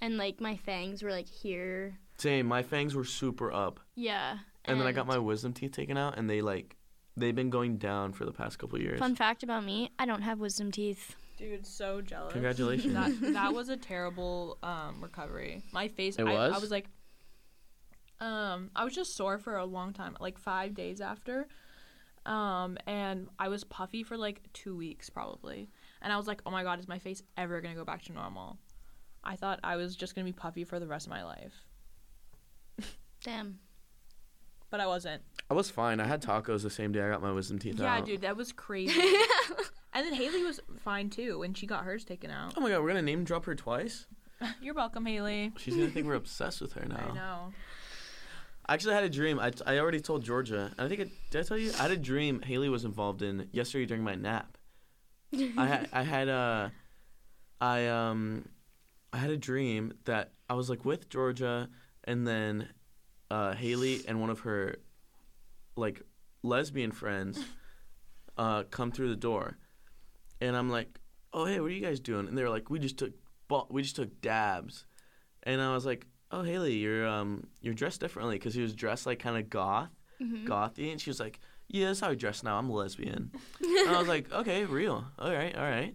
and like my fangs were like here. Same. My fangs were super up, Yeah. and, then I got my wisdom teeth taken out, and they like they've been going down for the past couple years. Fun fact about me: I don't have wisdom teeth. Dude, so jealous. Congratulations. That that was a terrible um, recovery. My face, It I, I was? was like, um, I was just sore for a long time, like five days after, um, and I was puffy for like two weeks probably, and I was like, oh my god, is my face ever gonna go back to normal? I thought I was just gonna be puffy for the rest of my life, Damn. but I wasn't. I was fine. I had tacos the same day I got my wisdom teeth Yeah, out. dude, that was crazy. and then Haley was fine too when she got hers taken out. Oh my god, we're gonna name drop her twice. You're welcome, Haley. She's gonna think we're obsessed with her now. I know. I actually had a dream. I, I already told Georgia. And I think I, did I tell you? I had a dream Haley was involved in yesterday during my nap. I had I had uh, I um I had a dream that I was like with Georgia and then uh, Haley and one of her like lesbian friends uh, come through the door, and I'm like, oh hey, what are you guys doing? And they're like, we just took ba- we just took dabs, and I was like, oh Haley, you're um you're dressed differently because he was dressed like kind of goth, gothy, and she was like, yeah, that's how I dress now. I'm a lesbian. and I was like, okay, real, all right, all right.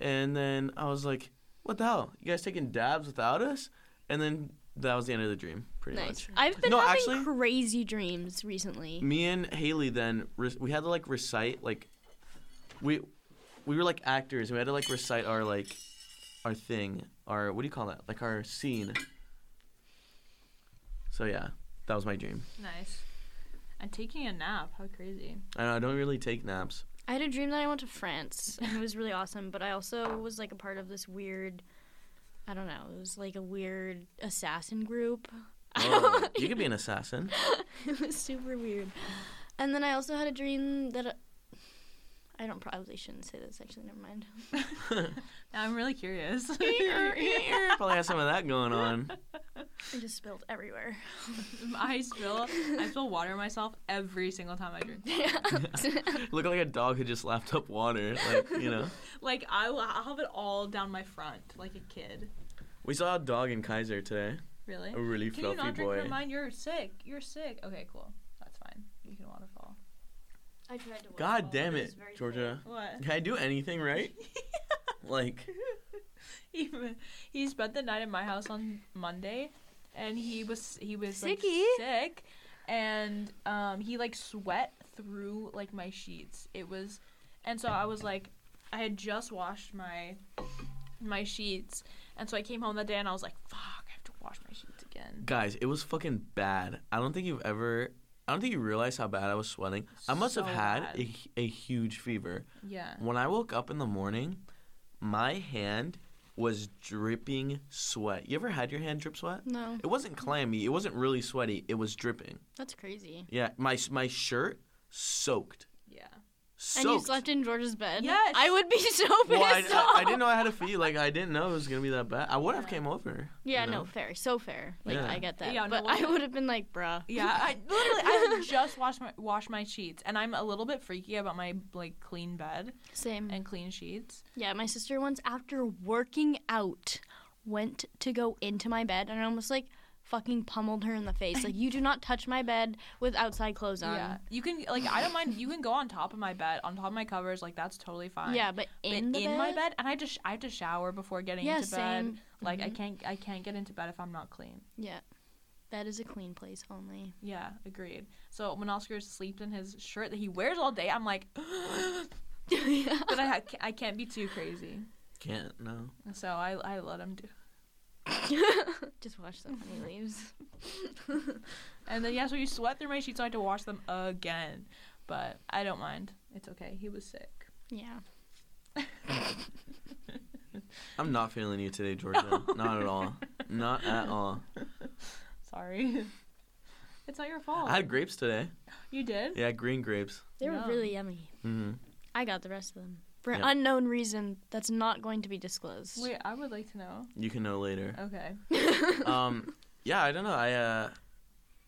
And then I was like, what the hell? You guys taking dabs without us? And then that was the end of the dream, pretty much. Nice. I've been No, having actually- crazy dreams recently. Me and Haley then re- we had to like recite like we we were like actors and we had to like recite our like our thing our what do you call that like our scene. So yeah, that was my dream. Nice. And taking a nap. How crazy. I know I don't really take naps. I had a dream that I went to France and it was really awesome, but I also was like a part of this weird I don't know, it was like a weird assassin group. Oh, you could be an assassin. it was super weird. And then I also had a dream that uh, I don't probably shouldn't say this actually, never mind. Now I'm really curious. Probably has some of that going on. I just spilled everywhere. I spill I spill water myself every single time I drink. Look like a dog who just lapped up water. Like you know, Like I will I'll have it all down my front like a kid. we saw a dog in Kaiser today. Really? A really Can you fluffy not drink boy. from mine? You're sick. You're sick. Okay, cool. That's fine. You can waterfall. I tried to God damn it, Georgia. What? Can I do anything right? like, He, he spent the night at my house on Monday, and he was he was like, Sicky. sick, and um he like sweat through like my sheets. It was, and so I was like, I had just washed my my sheets, and so I came home that day and I was like, fuck, I have to wash my sheets again. guys, it was fucking bad. I don't think you've ever. I don't think you realize how bad I was sweating. I must So have had bad. a, a huge fever. Yeah. When I woke up in the morning, my hand was dripping sweat. You ever had your hand drip sweat? No, It wasn't clammy. It wasn't really sweaty. It was dripping. that's crazy. Yeah, my my shirt soaked. Yeah. Soaked. And you slept in Georgia's bed. Yes. I would be so pissed well, I, off. I, I didn't know I had a fever. Like I didn't know it was gonna be that bad. I would have Yeah. came over. Yeah, you no, know? fair, so fair. Like Yeah. I get that, Yeah, no, but what I the- would have been like, bruh. Yeah, I literally I had just washed my washed my sheets, and I'm a little bit freaky about my like clean bed Same. and clean sheets. Yeah, my sister once after working out went to go into my bed and I almost like fucking pummeled her in the face. Like you do not touch my bed with outside clothes on. Yeah, you can like I don't mind. You can go on top of my bed, on top of my covers, like that's totally fine. Yeah, but but in, the my bed, and I just I have to shower before getting Yeah, into bed. same. Mm-hmm. Like I can't I can't get into bed if I'm not clean. Yeah. Bed is a clean place only. Yeah, agreed. So when Oscar sleeps in his shirt that he wears all day, I'm like, but yeah. I ha- I can't be too crazy. Can't no. So I I let him do. Just wash them when he leaves. And then yeah, so you sweat through my sheets, so I had to wash them again. But I don't mind. It's okay. He was sick. Yeah. I'm not feeling you today, Georgia. not at all. Not at all. Sorry. it's not your fault. I had grapes today. you did? Yeah, green grapes. They were Yum. really yummy. hmm I got the rest of them. For an Yeah. unknown reason that's not going to be disclosed. Wait, I would like to know. You can know later. Okay. Uh, um, yeah, I don't know. I uh,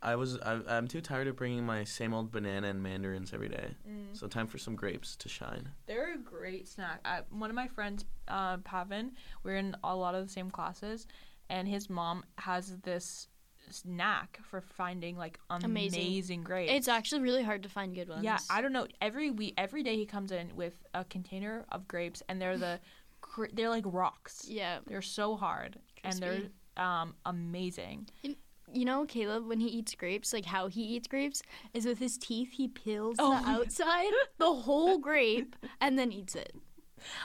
I was I, I'm too tired of bringing my same old banana and mandarins every day. Mm. Mm-hmm. So time for some grapes to shine. They're a great snack. I, one of my friends, uh, Pavin, we're in a lot of the same classes, and his mom has this knack for finding like amazing, Amazing. grapes. It's actually really hard to find good ones. yeah. I don't know. Every week, every day, he comes in with a container of grapes, and they're the cr- they're like rocks. Yeah. They're so hard, and Crispy. they're um amazing. You know, Caleb, when he eats grapes, like how he eats grapes is with his teeth, he peels Oh, the outside, the whole grape, and then eats it.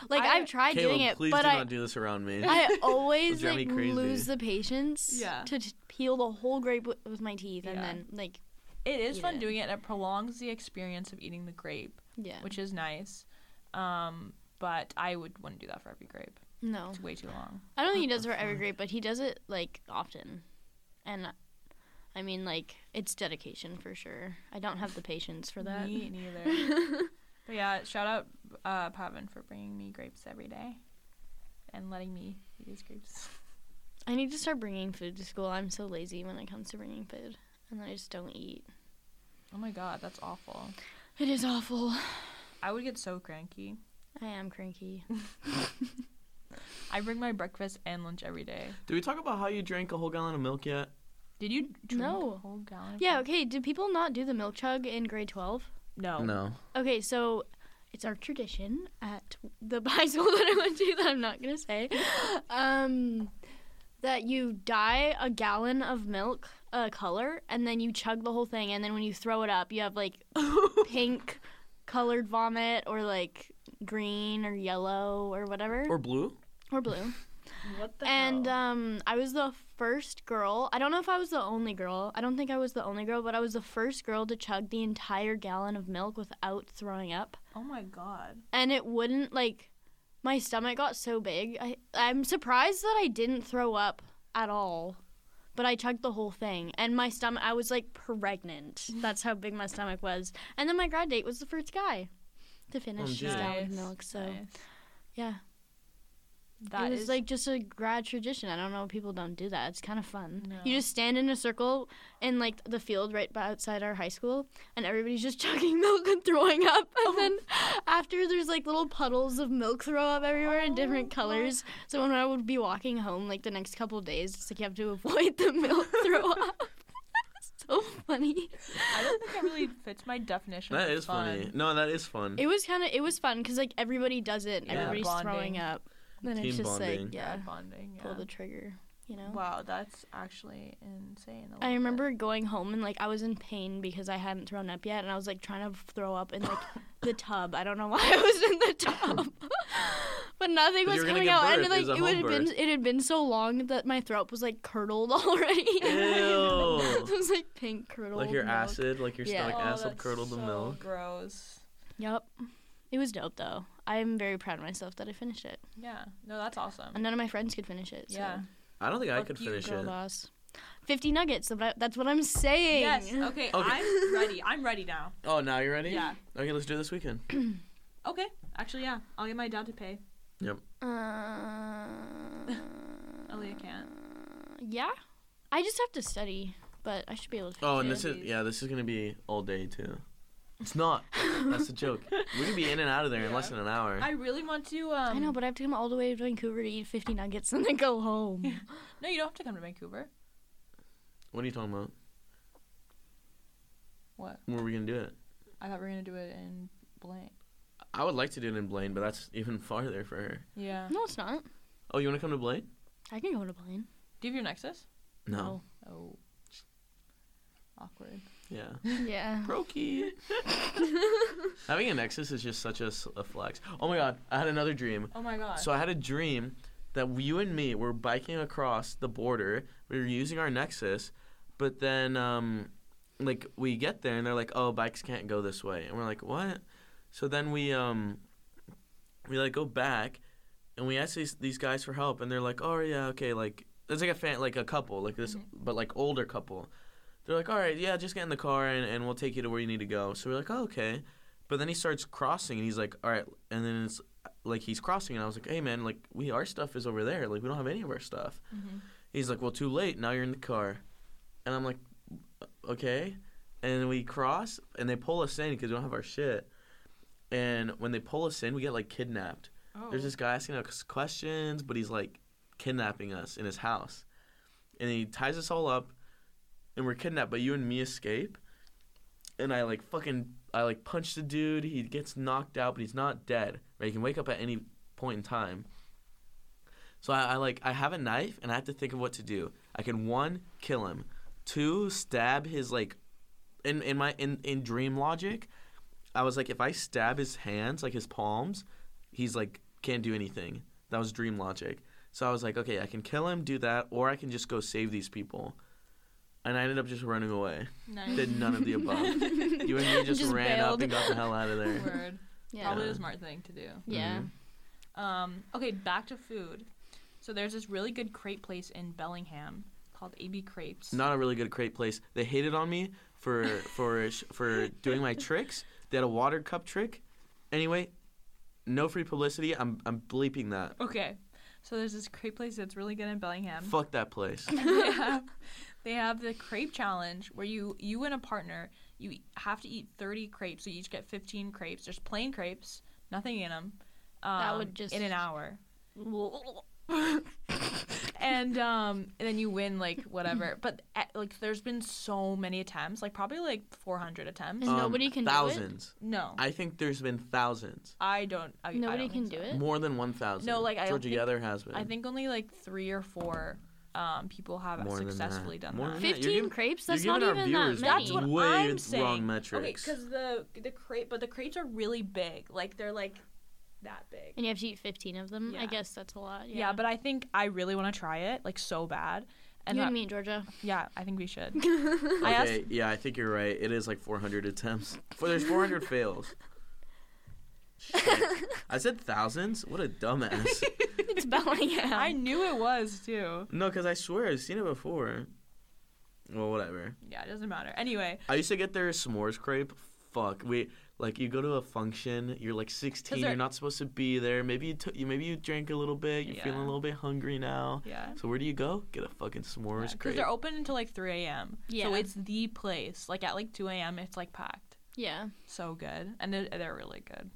Like I- I, have tried Caleb, doing it, please but do I, not do this around me. I always drive me like crazy. lose the patience Yeah. to t- peel the whole grape with, with my teeth, and Yeah. then like It is eat fun it. doing it. and It prolongs the experience of eating the grape, yeah, which is nice. Um, but I would wouldn't do that for every grape. no, It's way too long. I don't think he does it for every grape, but he does it like often, and I mean like it's dedication for sure. I don't have the patience for that. Me neither. but yeah, shout out uh, Pavin for bringing me grapes every day, and letting me eat his grapes. I need to start bringing food to school. I'm so lazy when it comes to bringing food, and I just don't eat. Oh my god, that's awful. It is awful. I would get so cranky. I am cranky. I bring my breakfast and lunch every day. Did we talk about how you drank a whole gallon of milk yet? Did you drink No. a whole gallon? of Yeah, milk? okay. Did people not do the milk chug in grade 12? No. No. Okay, so it's our tradition at the high school that I went to that I'm not gonna say, um, that you dye a gallon of milk a color and then you chug the whole thing, and then when you throw it up, you have like pink colored vomit or like green or yellow or whatever Or blue? or blue. What the And um, I was the first girl. I don't know if I was the only girl. I don't think I was the only girl, but I was the first girl to chug the entire gallon of milk without throwing up oh my god. and it wouldn't like my stomach got so big. I I'm surprised that I didn't throw up at all. But I chugged the whole thing and my stomach I was like pregnant. That's how big my stomach was. And then my grad date was the first guy to finish his geez. down with Nice, milk. So nice. yeah. That it was is- like just a grad tradition. I don't know people don't do that. It's kind of fun. No. You just stand in a circle in like the field right by outside our high school, and everybody's just chugging milk and throwing up. Oh. And then after there's like little puddles of milk throw up everywhere in Oh, different colors. So when I would be walking home like the next couple days, it's like you have to avoid the milk throw up. so funny. I don't think that really fits my definition. That of is funny. fun. No, that is fun. It was kind of it was fun because like everybody does it. Yeah. Everybody's Bonding. throwing up. Then Team it's just bonding. like yeah, Bad bonding. Yeah. pull the trigger. You know. Wow, that's actually insane. a little I bit. remember going home and like I was in pain because I hadn't thrown up yet, and I was like trying to throw up in like the tub. I don't know why I was in the tub, but nothing But was you were gonna coming give out. birth. And It like was a it would have home been, birth. it had been so long that my throat was like curdled already. Ew. it was like pink curdled. like your milk. acid, like your Yeah. stomach Oh, acid that's curdled the so milk. Gross. Yep, it was dope though. I am very proud of myself that I finished it, Yeah. No, that's awesome. and none of my friends could finish it. So. Yeah. I don't think I Fuck could you, finish girl it. boss. Fifty nuggets. but I- That's what I'm saying. Yes. Okay, I'm ready. I'm ready now. Oh, now you're ready? Yeah. Okay, let's do it this weekend. Okay. Actually, yeah. I'll get my dad to pay. Uh, Aaliyah can't. Yeah. I just have to study, but I should be able to. Oh, and do this it. is yeah, this is gonna be all day too. It's not. That's a joke. We could be in and out of there in less than an hour. I really want to. Um, I know, but I have to come all the way to Vancouver to eat 50 nuggets and then go home. No, you don't have to come to Vancouver. What are you talking about? What? Where are we gonna do it? I thought we were gonna do it in blank. I would like to do it in Blaine, but that's even farther for her. Yeah. no, it's not. Oh, you wanna come to Blaine? I can go to Blaine. Do you have your Nexus? No. Oh. Awkward. Yeah. Oh. Yeah. Brokey. Having a Nexus is just such a, s- a flex. Oh my god, I had another dream. Oh my god. So I had a dream that you and me were biking across the border. We were using our Nexus, but then um, like we get there and they're like, "Oh, bikes can't go this way," and we're like, "What?" So then we um, we like go back, and we ask these these guys for help, and they're like, "Oh yeah, okay." Like it's like a fan, like a couple, like this, but like older couple. They're like, "All right, yeah, just get in the car and, and we'll take you to where you need to go." So we're like, "Oh, okay." But then he starts crossing, and he's like, "All right," and then it's like he's crossing and I was like, "Hey man, like we our stuff is over there. Like we don't have any of our stuff." Mhm. He's like, "Well, too late. Now you're in the car." And I'm like, "Okay." And we cross and they pull us in because we don't have our shit. And when they pull us in, we get like kidnapped. oh. There's this guy asking us questions, but he's like kidnapping us in his house. And he ties us all up and we're kidnapped, but you and me escape. And I like fucking I like punch the dude, he gets knocked out, but he's not dead. Right? He can wake up at any point in time. So I, I like I have a knife and I have to think of what to do. I can one, kill him. Two, stab his like in, in my in, in dream logic, I was like if I stab his hands, like his palms, he's like can't do anything. That was dream logic. So I was like, okay, I can kill him, do that, or I can just go save these people. And I ended up just running away. nice. Did none of the above. you and me just, Just ran up bailed. and got the hell out of there. Word. Yeah. Probably Yeah. the smart thing to do. Yeah. Um, okay, back to food. So there's this really good crepe place in Bellingham called AB Crepes. Not a really good crepe place. They hated on me for for sh- for doing my tricks. They had a water cup trick. Anyway, no free publicity. I'm I'm bleeping that. Okay. So there's this crepe place that's really good in Bellingham. Fuck that place. they, have, they have the crepe challenge where you you and a partner you e- have to eat 30 crepes. So you each get 15 crepes. There's plain crepes, nothing in them. Um, That would just- in an hour. and um and then you win like whatever. But at, like there's been so many attempts, like probably like 400 attempts. And nobody can do it? Um, Thousands. no. I, I think there's been thousands. don't I, I Nobody don't can think so. do it. More than 1,000. No, like, I don't Georgia think- Yether has been. I think only like 3 or 4 um people have More than that. successfully done More that. than that. you're 15 giving- crepes? you're That's not giving our even that viewers many. That's what way I'm wrong saying. metrics. Okay, because the the crate, but the crates are really big. Like they're like that big. and you have to eat 15 of them. Yeah. I guess that's a lot. Yeah, Yeah, but I think I really want to try it, like so bad. And you that, and me, Georgia. yeah, I think we should. okay, I asked. yeah, I think you're right. It is like 400 attempts. For there's 400 fails. Shit. I said thousands. What a dumbass. it's Bellingham. I knew it was too. no, because I swear I've seen it before. Well, whatever. Yeah, it doesn't matter. Anyway, I used to get their s'mores crepe. Fuck, we like you go to a function. You're like 16. they're- You're not supposed to be there. Maybe you took. you maybe you drank a little bit. You're feeling Yeah. a little bit hungry now. yeah. So where do you go? Get a fucking s'mores Because crepe. they're open until like 3 a.m. So Yeah. it's the place. Like at like 2 a.m., it's like packed. yeah. So good. And they're, they're really good.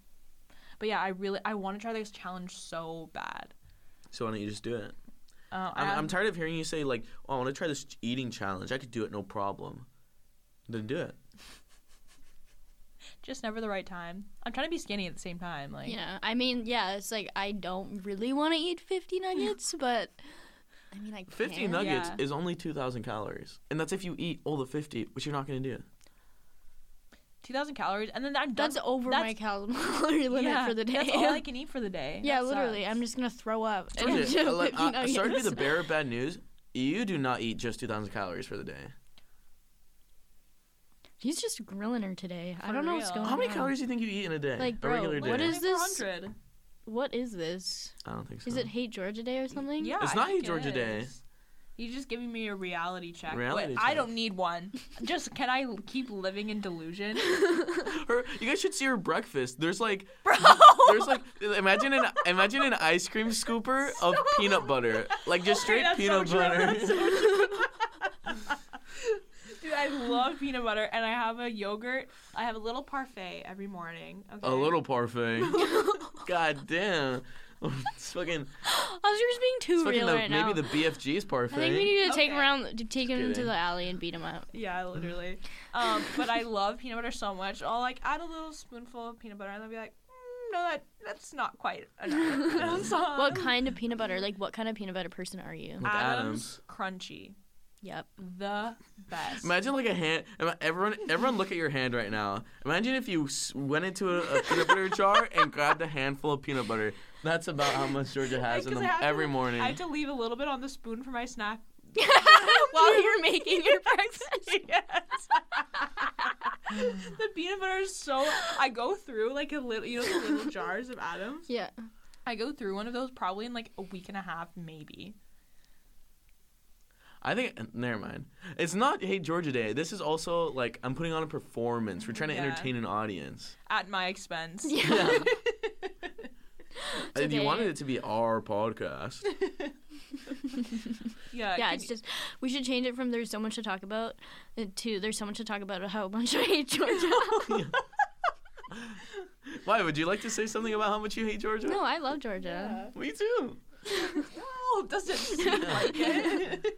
But yeah, I really I want to try this challenge so bad. so why don't you just do it? Uh, I'm, Um, I'm tired of hearing you say like, "Oh, I want to try this eating challenge. I could do it no problem." Then do it. just never the right time. I'm trying to be skinny at the same time. Like, yeah. I mean, yeah, it's like I don't really want to eat 50 nuggets, but I mean, I 50 can. nuggets Yeah. is only 2,000 calories, and that's if you eat all the 50, which you're not going to do. 2,000 calories, and then I'm done. That's over my that's- calorie limit yeah, for the day. That's all I can eat for the day. yeah, That literally. sucks. I'm just going to throw up. Georgia, and do I, like, 50 I- I'm sorry to be the nuggets. bearer of bad news. You do not eat just 2,000 calories for the day. He's just grilling her today. I For don't know what's real. going on. How many calories do you think you eat in a day? Oh, Like, a bro, regular day? Like, what is this? 400. What is this? I don't think so. Is it Hate Georgia Day or something? Yeah, It's I not think Hey Georgia it Day. is. You're just giving me a reality check. Reality Wait, I check. don't need one. Just can I keep living in delusion? Her, you guys should see her breakfast. There's like, Bro, there's like, imagine an imagine an ice cream scooper of peanut butter, like just Okay, straight that's so peanut true, butter. that's so true. Dude, I love peanut butter, and I have a yogurt. I have a little parfait every morning. Okay. A little parfait. God damn. It's fucking, I was just being it's too fucking real the, right now. maybe the BFG's parfait. I think we need to take him Okay. around, to take him to kidding. the alley and beat him up. Yeah, literally. Um, but I love peanut butter so much. I'll like add a little spoonful of peanut butter, and I'll be like, mm, no, that that's not quite enough. That's not- What kind of peanut butter? Like, what kind of peanut butter person are you? Like Adams crunchy, Yep. the best. Imagine like a hand. ima- Everyone, everyone, look at your hand right now. Imagine if you s- went into a, a peanut butter jar and grabbed a handful of peanut butter. That's about how much Georgia has in 'Cause I them have to- every I morning. had to leave a little bit on the spoon for my snack. While you're making your breakfast. yes. the peanut butter is so. I go through like a little, you know, the little jars of Adams. Yeah. Uh, I go through one of those probably in like a week and a half, maybe. I think. Never mind. It's not Hey Georgia Day. This is also like I'm putting on a performance. We're trying to Yeah. entertain an audience. At my expense. Yeah. If you okay. wanted it to be our podcast, Yeah. Yeah, can it's just, we should change it from there's so much to talk about uh, to there's so much to talk about how a bunch of hate Georgia. why would you like to say something about how much you hate Georgia? no, I love Georgia. Me too. No, doesn't seem like it.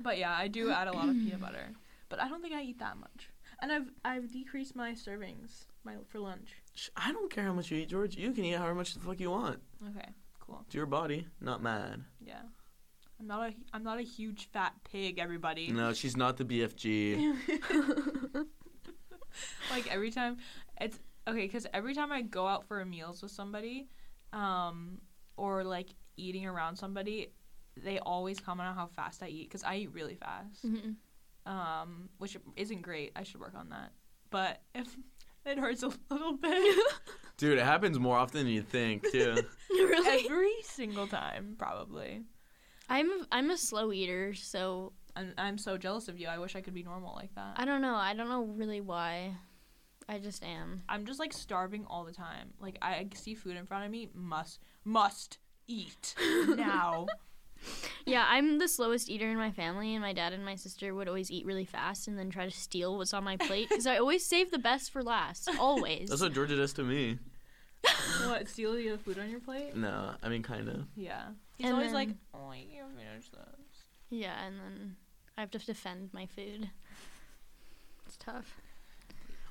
but yeah, I do add a lot of peanut butter, but I don't think I eat that much. And I've I've decreased my servings my for lunch. Sh- I don't care how much you eat, George. You can eat however much the fuck you want. Okay, cool. It's your body, not mine. Yeah, I'm not a I'm not a huge fat pig. Everybody. No, she's not the BFG. like every time it's okay because every time i go out for meals with somebody um or like eating around somebody they always comment on how fast i eat because i eat really fast Mhm. um which isn't great i should work on that but it hurts a little bit Dude, it happens more often than you think, too. really? every single time probably I'm I'm a slow eater, so and i'm so jealous of you i wish i could be normal like that I don't know. I don't know really why. I just am. I'm just like starving all the time. Like I see food in front of me, must must eat now. Yeah, I'm the slowest eater in my family, and my dad and my sister would always eat really fast and then try to steal what's on my plate because I always save the best for last. Always. That's what Georgia does to me. what steal the food on your plate? No, I mean kind of. Yeah, he's And always like, then- oh, I can't finish this. yeah, and then I have to defend my food. It's tough.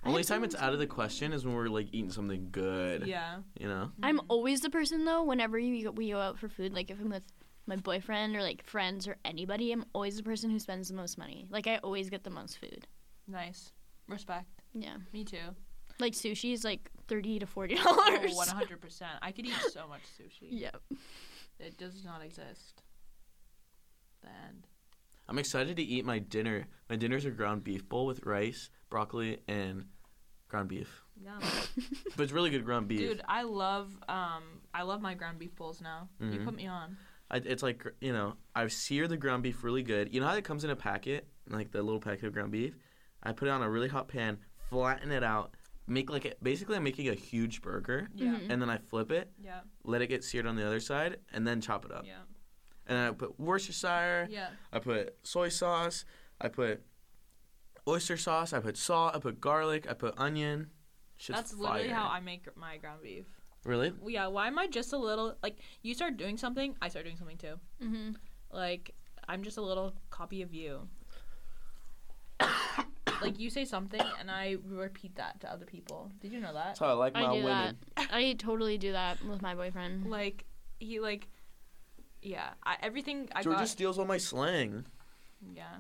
I Only have time it's someone out of the question is when we're like eating something good. Yeah, You know. I'm always the person though. Whenever you we go out for food, like if I'm with my boyfriend or like friends or anybody, I'm always the person who spends the most money. Like I always get the most food. nice respect. Yeah, Me too. like sushi is like thirty to forty Oh, dollars. 100. percent I could eat so much sushi. yeah, It does not exist. The end. I'm excited to eat my dinner. My dinner's a ground beef bowl with rice, broccoli, and ground beef. Yeah. Mm-hmm. But it's really good ground beef. Dude, I love um I love my ground beef bowls now. You Mhm. put me on. I, it's like gr- you know, I sear the ground beef really good. You know how it comes in a packet, like the little packet of ground beef. I put it on a really hot pan, flatten it out, make like a, basically I'm making a huge burger, Yeah. Mhm. and then I flip it, Yeah. let it get seared on the other side, and then chop it up. Yeah. And I put Worcestershire. Yeah. I put soy sauce. I put oyster sauce. I put salt. I put garlic. I put onion. Shit's That's literally fire. how I make my ground beef. Really? Well, Yeah, why am I just a little like you start doing something, I start doing something too. mm-hmm. Like I'm just a little copy of you. like you say something and I repeat that to other people. Did you know that? That's how I like my I do women. that. I totally do that with my boyfriend. Like he like yeah, I, everything I Georgia got steals all my slang. yeah.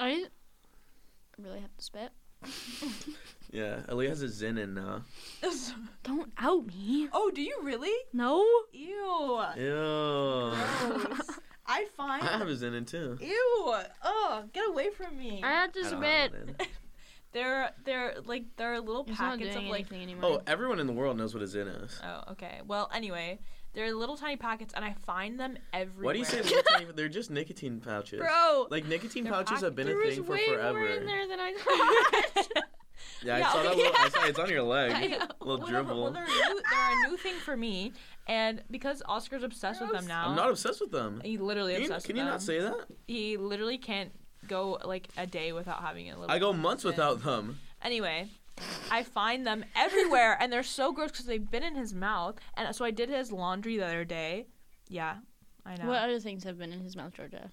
I really have to spit. Yeah, Aaliyah has a zin in now. Don't out me. oh, do you really? No. Ew. Ew. Gross. I I find have a zin in too. Ew! Oh, get away from me. I have to I don't have spit. one in. They're they're like there are little It's not packets of doing like. anything anymore. Oh, everyone in the world knows what a zin is. Oh, okay. Well, anyway, there are little tiny packets, and I find them everywhere. Why do you say little tiny- they're just nicotine pouches? bro. Like nicotine They're pouches pack- have been there a was thing for way forever. more in there than I thought. Yeah, I Yeah, saw okay, that. Little, yeah. I saw it's on your leg. oh I- Little well, no, dribble. but- well, they're, new, they're a new thing for me, and because Oscar's obsessed with them Gross. now, I'm not obsessed with them. he literally Can you, obsessed can with you them. not say that? he literally can't go like a day without having a little. I go months zin. without them. Anyway, I find them everywhere, and they're so gross because they've been in his mouth. And so I did his laundry the other day. Yeah, I know. What other things have been in his mouth, Georgia?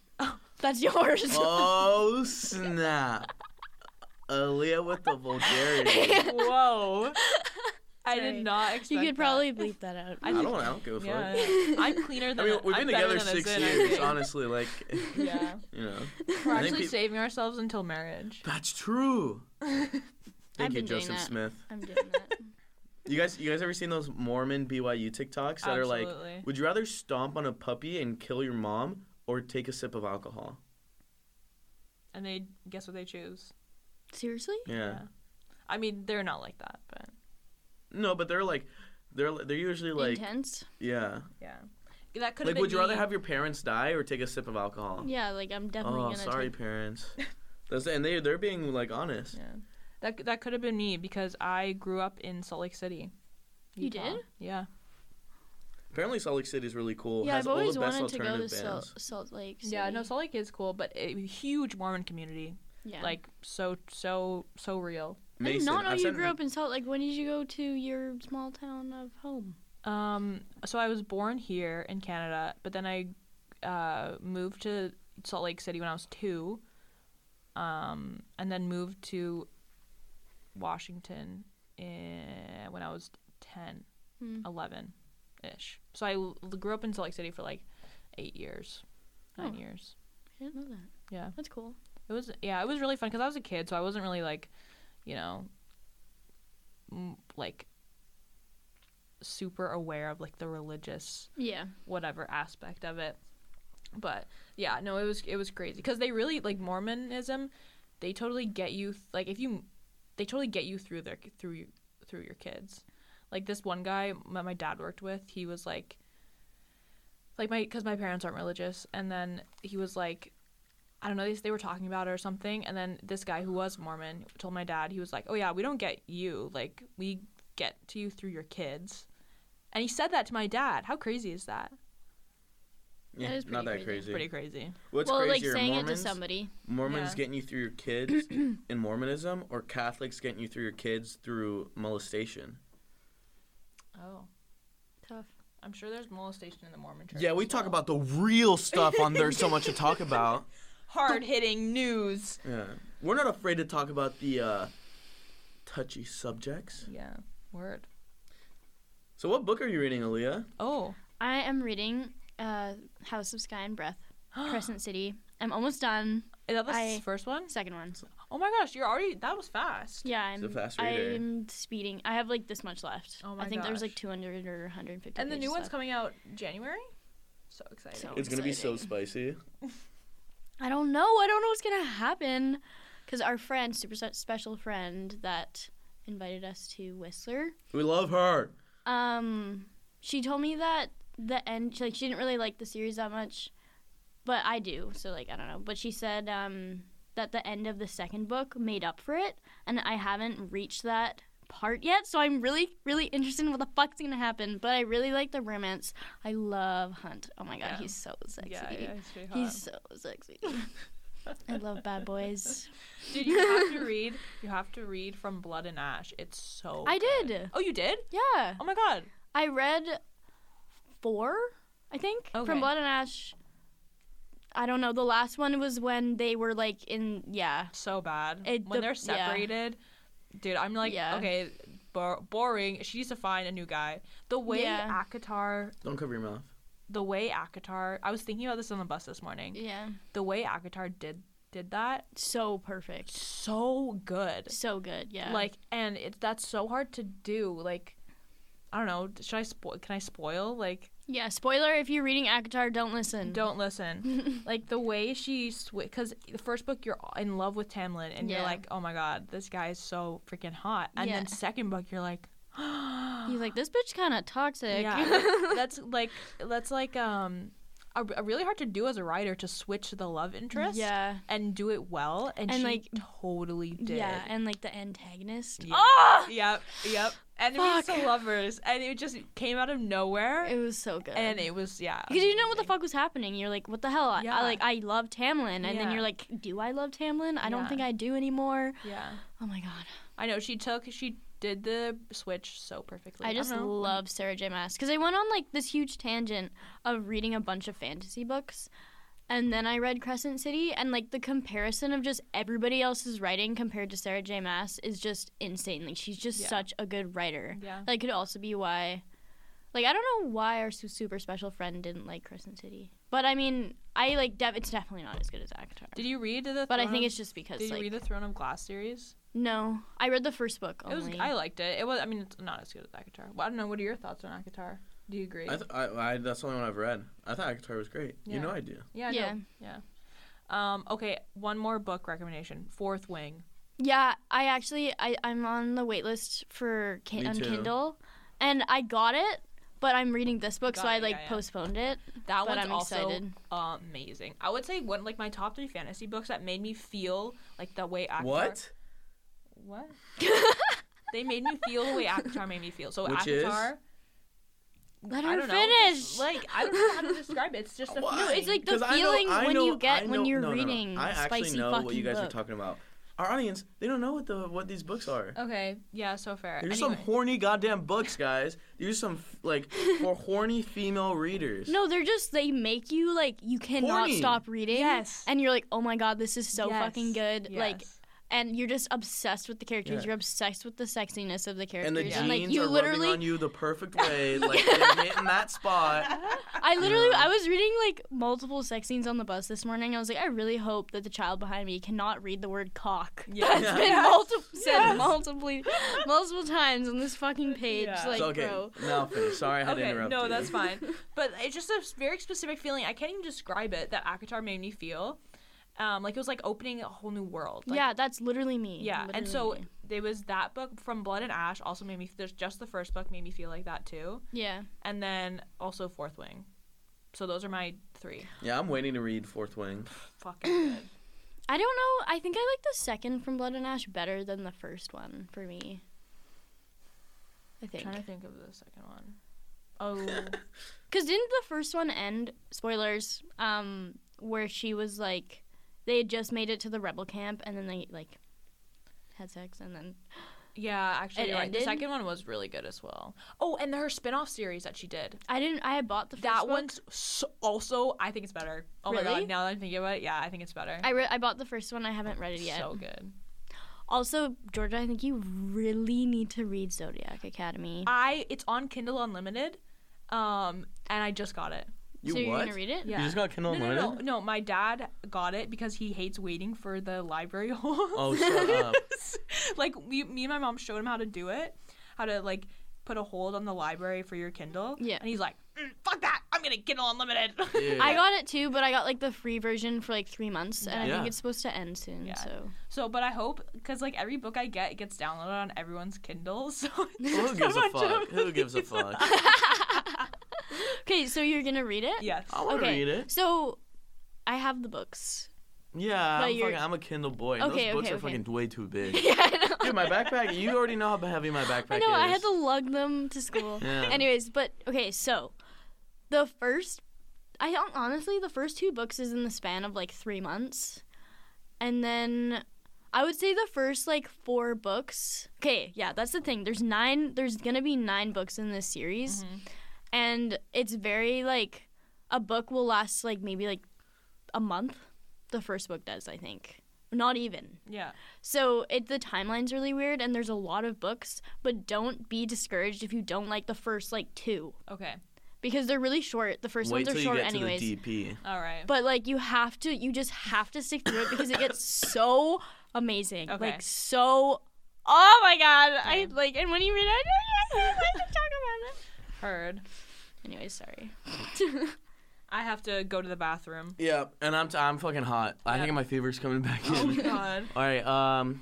That's yours. Oh snap! Aaliyah with the vulgarity. Whoa! I Sorry. did not expect. you that. could probably bleep that out. I I don't. I don't give a fuck. Yeah, I'm cleaner I than. mean, we've I'm been better together than a six zin, I years. think. Honestly, like, Yeah, you know, we're I think actually peop- saving ourselves until marriage. that's true. Thank you, been doing Joseph that. Smith. I'm doing that. You guys, you guys ever seen those Mormon BYU TikToks that are like, Absolutely. would you rather stomp on a puppy and kill your mom or take a sip of alcohol? And they guess what they choose. Seriously? Yeah. Yeah. I mean, they're not like that, but No, but they're like, they're they're usually like, Intense? yeah. yeah, that could. like, would you rather have your parents die or take a sip of alcohol? E. Yeah, like I'm definitely Oh, gonna. sorry, Take... parents. That's, and they they're being like honest. Yeah. That that could have been me because I grew up in Salt Lake City. You Utah. did? Yeah. Apparently, Salt Lake City is really cool. Yeah, has I've always all the best wanted to go to alternative bands. Salt, Salt Lake. City. Yeah, no, Salt Lake is cool, but a huge Mormon community. Yeah. Like so so so real. I did Mason, not know I've you sent- grew up in Salt Lake. When did you go to your small town of home? Um so I was born here in Canada, but then I uh moved to Salt Lake City when I was 2. Um and then moved to Washington in, when I was 10, Hmm. 11 ish. So I l- grew up in Salt Lake City for like 8 years. 9 Oh. years. I didn't know that. Yeah. That's cool. It was yeah, it was really fun because I was a kid, so I wasn't really like, you know, m- like super aware of like the religious Yeah. whatever aspect of it. But yeah, no, it was it was crazy because they really like Mormonism. They totally get you th- like if you, they totally get you through their through you through your kids. Like this one guy that my dad worked with, he was like, like my because my parents aren't religious, and then he was like, I don't know, they, they were talking about it or something. And then this guy who was Mormon told my dad, he was like, oh, yeah, we don't get you. Like, we get to you through your kids. And he said that to my dad. How crazy is that? Yeah, That is not that pretty crazy. crazy. Pretty crazy. What's well, like crazier, saying Mormons, it to somebody. Mormons Yeah. getting you through your kids in Mormonism, or Catholics getting you through your kids through molestation? Oh, Tough. I'm sure there's molestation in the Mormon church. Yeah, we talk about the real stuff on There's So Much to Talk About. hard hitting news. Yeah. We're not afraid to talk about the uh, touchy subjects. Yeah, word. So, what book are you reading, Aaliyah? Oh, I am reading uh, House of Sky and Breath, Crescent City. I'm almost done. is that the I- first one? Second one. Oh my gosh, you're already. That was fast. Yeah, She's a I'm. fast reader. I'm speeding. I have like this much left. Oh my I think there's like gosh. 200 or 150. And the new pages one's left. coming out January. So excited. So- It's going to be so spicy. I don't know. I don't know what's gonna happen, because our friend, super se- special friend that invited us to Whistler, We love her. um, she told me that the end. Like she didn't really like the series that much, but I do. So like I don't know. But she said um that the end of the second book made up for it, and I haven't reached that part yet. So I'm really really interested in what the fuck's gonna happen. But I really like the romance. I love Hunt. Oh my god, Yeah. he's so sexy. yeah, yeah, it's pretty hot. He's so sexy. I love bad boys. Dude, you have to read. You have to read from Blood and Ash. It's so. I good. did. Oh, you did? Yeah. Oh my god. I read four, I think, Okay. from Blood and Ash. I don't know. The last one was when they were like in, yeah. So bad. It- when the- they're yeah. separated, dude, I'm like, Yeah. okay, bo- boring. She needs to find a new guy. The way Yeah. Akatar, Don't cover your mouth. the way Akatar, I was thinking about this on the bus this morning. Yeah. The way Akatar did did that, So perfect. so good. So good, yeah. Like, and it's that's so hard to do. Like, I don't know. Should I spoil? Can I spoil? Like, yeah, spoiler if you're reading Akatar, don't listen. don't listen. like the way she because the first book you're in love with Tamlin and you're Yeah. like, oh my god, this guy is so freaking hot. And then Yeah. second book you're like, He's like, this bitch kind of toxic. yeah, that's like that's like um. A, a really hard to do as a writer to switch the love interest Yeah. and do it well and, And, she like- totally did Yeah, and like the antagonist. Yeah. yep yep enemies Fuck. to lovers and it just came out of nowhere It was so good. and it was yeah Because you didn't know what the fuck was happening. You're like, what the hell? I- Yeah. I, like, I love Tamlin. And Yeah. then you're like, do I love Tamlin? I Yeah. don't think I do anymore. yeah Oh my god. I know she took she did the switch so perfectly. Uh-huh. I just don't know. love Sarah J. Maas. Because I went on like this huge tangent of reading a bunch of fantasy books. And then I read Crescent City. And like the comparison of just everybody else's writing compared to Sarah J. Maas is just insane. Like, she's just Yeah. such a good writer. Yeah. That could also be why. Like I don't know why our su- super special friend didn't like Crescent City, but I mean, I like. Def- it's definitely not as good as Avatar. Did you read the? But I Throne think of- it's just because Uh-huh. Did like you read the Throne of Glass series? no, I read the first book only. It was. I liked it. It was. I mean, it's not as good as Akatar. Well, I don't know. What are your thoughts on Akatar? Do you agree? I th- I, I, that's the only one I've read. I thought Akatar was great. Yeah. You know I do. yeah. I yeah. know. Yeah. Um, okay. One more book recommendation. Fourth Wing. yeah, I actually I I'm on the wait list for Me kin- on too. Kindle, and I got it, but I'm reading this book, so Got I it, like yeah, yeah. postponed it. That But one's I'm also excited. amazing. I would say one like my top three fantasy books that made me feel like the way Akatar. What? What? they made me feel the way Akatar made me feel. So Which is? Akatar. Let I her don't know, finish. just, like I don't know how to describe it. It's just a Why? no, it's like the 'Cause I know- feeling I when know- you get I when know- you're no, no, no. reading I actually spicy know fucking what you guys book. are talking about. Our audience, they don't know what the what these books are. Oh, okay. Yeah, so fair. They're just Anyway, some horny goddamn books, guys. They're just some f- like for horny female readers. No, they're just they make you like you cannot Horny. stop reading. Yes. And you're like, oh my god, this is so Yes, fucking good. Like yes. and you're just obsessed with the characters. Yeah. You're obsessed with the sexiness of the characters. and the Yeah. jeans like you are literally rubbing on you the perfect way, like they're hitting that spot. I literally I was reading like multiple sex scenes on the bus this morning. I was like, I really hope that the child behind me cannot read the word cock. Yes. It's been Yes. multiple said multiple multiple times on this fucking page. Yeah. Like so, okay, bro. now finish. Sorry I had to okay, interrupt. no, you. that's fine. But it's just a very specific feeling. I can't even describe it that Akatar made me feel. Um, like it was like opening a whole new world. Like, yeah, that's literally me. Yeah, and Literally so me. there was that book from Blood and Ash also made me. There's just the first book made me feel like that too, Yeah. and then also Fourth Wing. So those are my three. Yeah, I'm waiting to read Fourth Wing. Fucking good. I don't know. I think I like the second from Blood and Ash better than the first one for me. I I'm think. trying to think of the second one. Oh, Because didn't the first one end, spoilers, um, where she was like, they had just made it to the rebel camp and then they like had sex and then. yeah. Actually, It you're right. The ended? second one was really good as well. Oh, and her spin-off series that she did. I didn't. I had bought the first That book. one's so, also, I think it's better. Oh my Really? god! Now that I'm thinking about it, yeah, I think it's better. I, re- I bought the first one. I haven't read it yet. So good. Also, Georgia, I think you really need to read Zodiac Academy. I it's on Kindle Unlimited, um, and I just got it. You so you're what? gonna read it? Yeah. You just got Kindle no, no, Unlimited? no, no. My dad got it because he hates waiting for the library holds. Oh, shut up. like we, me and my mom showed him how to do it, how to like put a hold on the library for your Kindle. Yeah. and he's like, "Mm, "Fuck that! I'm gonna Kindle Unlimited." Dude. I got it too, but I got like the free version for like three months, and I Yeah. think it's supposed to end soon. Yeah. So so, but I hope because like every book I get gets downloaded on everyone's Kindle. So Who gives a fuck? Who gives a fuck? okay, so you're gonna read it? yes. I want to Okay. read it. So I have the books. Yeah, But I'm, you're- fucking, I'm a Kindle boy. and Okay, those books okay, are okay. fucking way too big. yeah, I know. Dude, my backpack. You already know how heavy my backpack I know. is. I had to lug them to school. Yeah. Anyways, but okay, so the first, I don't honestly, the first two books is in the span of like three months, and then I would say the first like four books. Okay, yeah, that's the thing. There's nine. There's gonna be nine books in this series, and it's very like a book will last like maybe like a month. The first book does, I think. Not even. Yeah. So it the timeline's really weird, and there's a lot of books. But don't be discouraged if you don't like the first like two Okay. because they're really short. The first Wait ones till are you short get anyways. to the DP. All right. But like you have to, you just have to stick through it because it gets so amazing. Okay. Like so. Oh my god! I Okay. like, and when you read it, I don't like to talk about it. Heard. Anyways, sorry. I have to go to the bathroom. Yeah, and I'm t- I'm fucking hot. I Yeah. think my fever's coming back Oh in. god. All right. Um,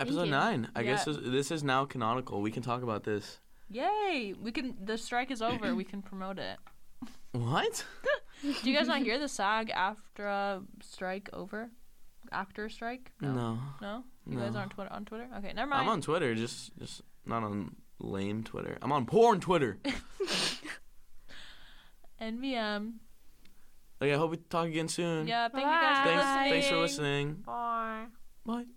episode you. nine. I guess Yeah. this, this is now canonical. We can talk about this. Yay! We can. The strike is over. we can promote it. What? Do you guys not hear the SAG after uh, strike over? After strike? No, No. You guys No. aren't Twitter on Twitter. Okay, never mind. I'm on Twitter. Just just not on lame Twitter. I'm on porn Twitter. NVM. okay, I hope we talk again soon. Yeah. Thank you guys for Thanks. listening. Thanks for listening. Bye. Bye.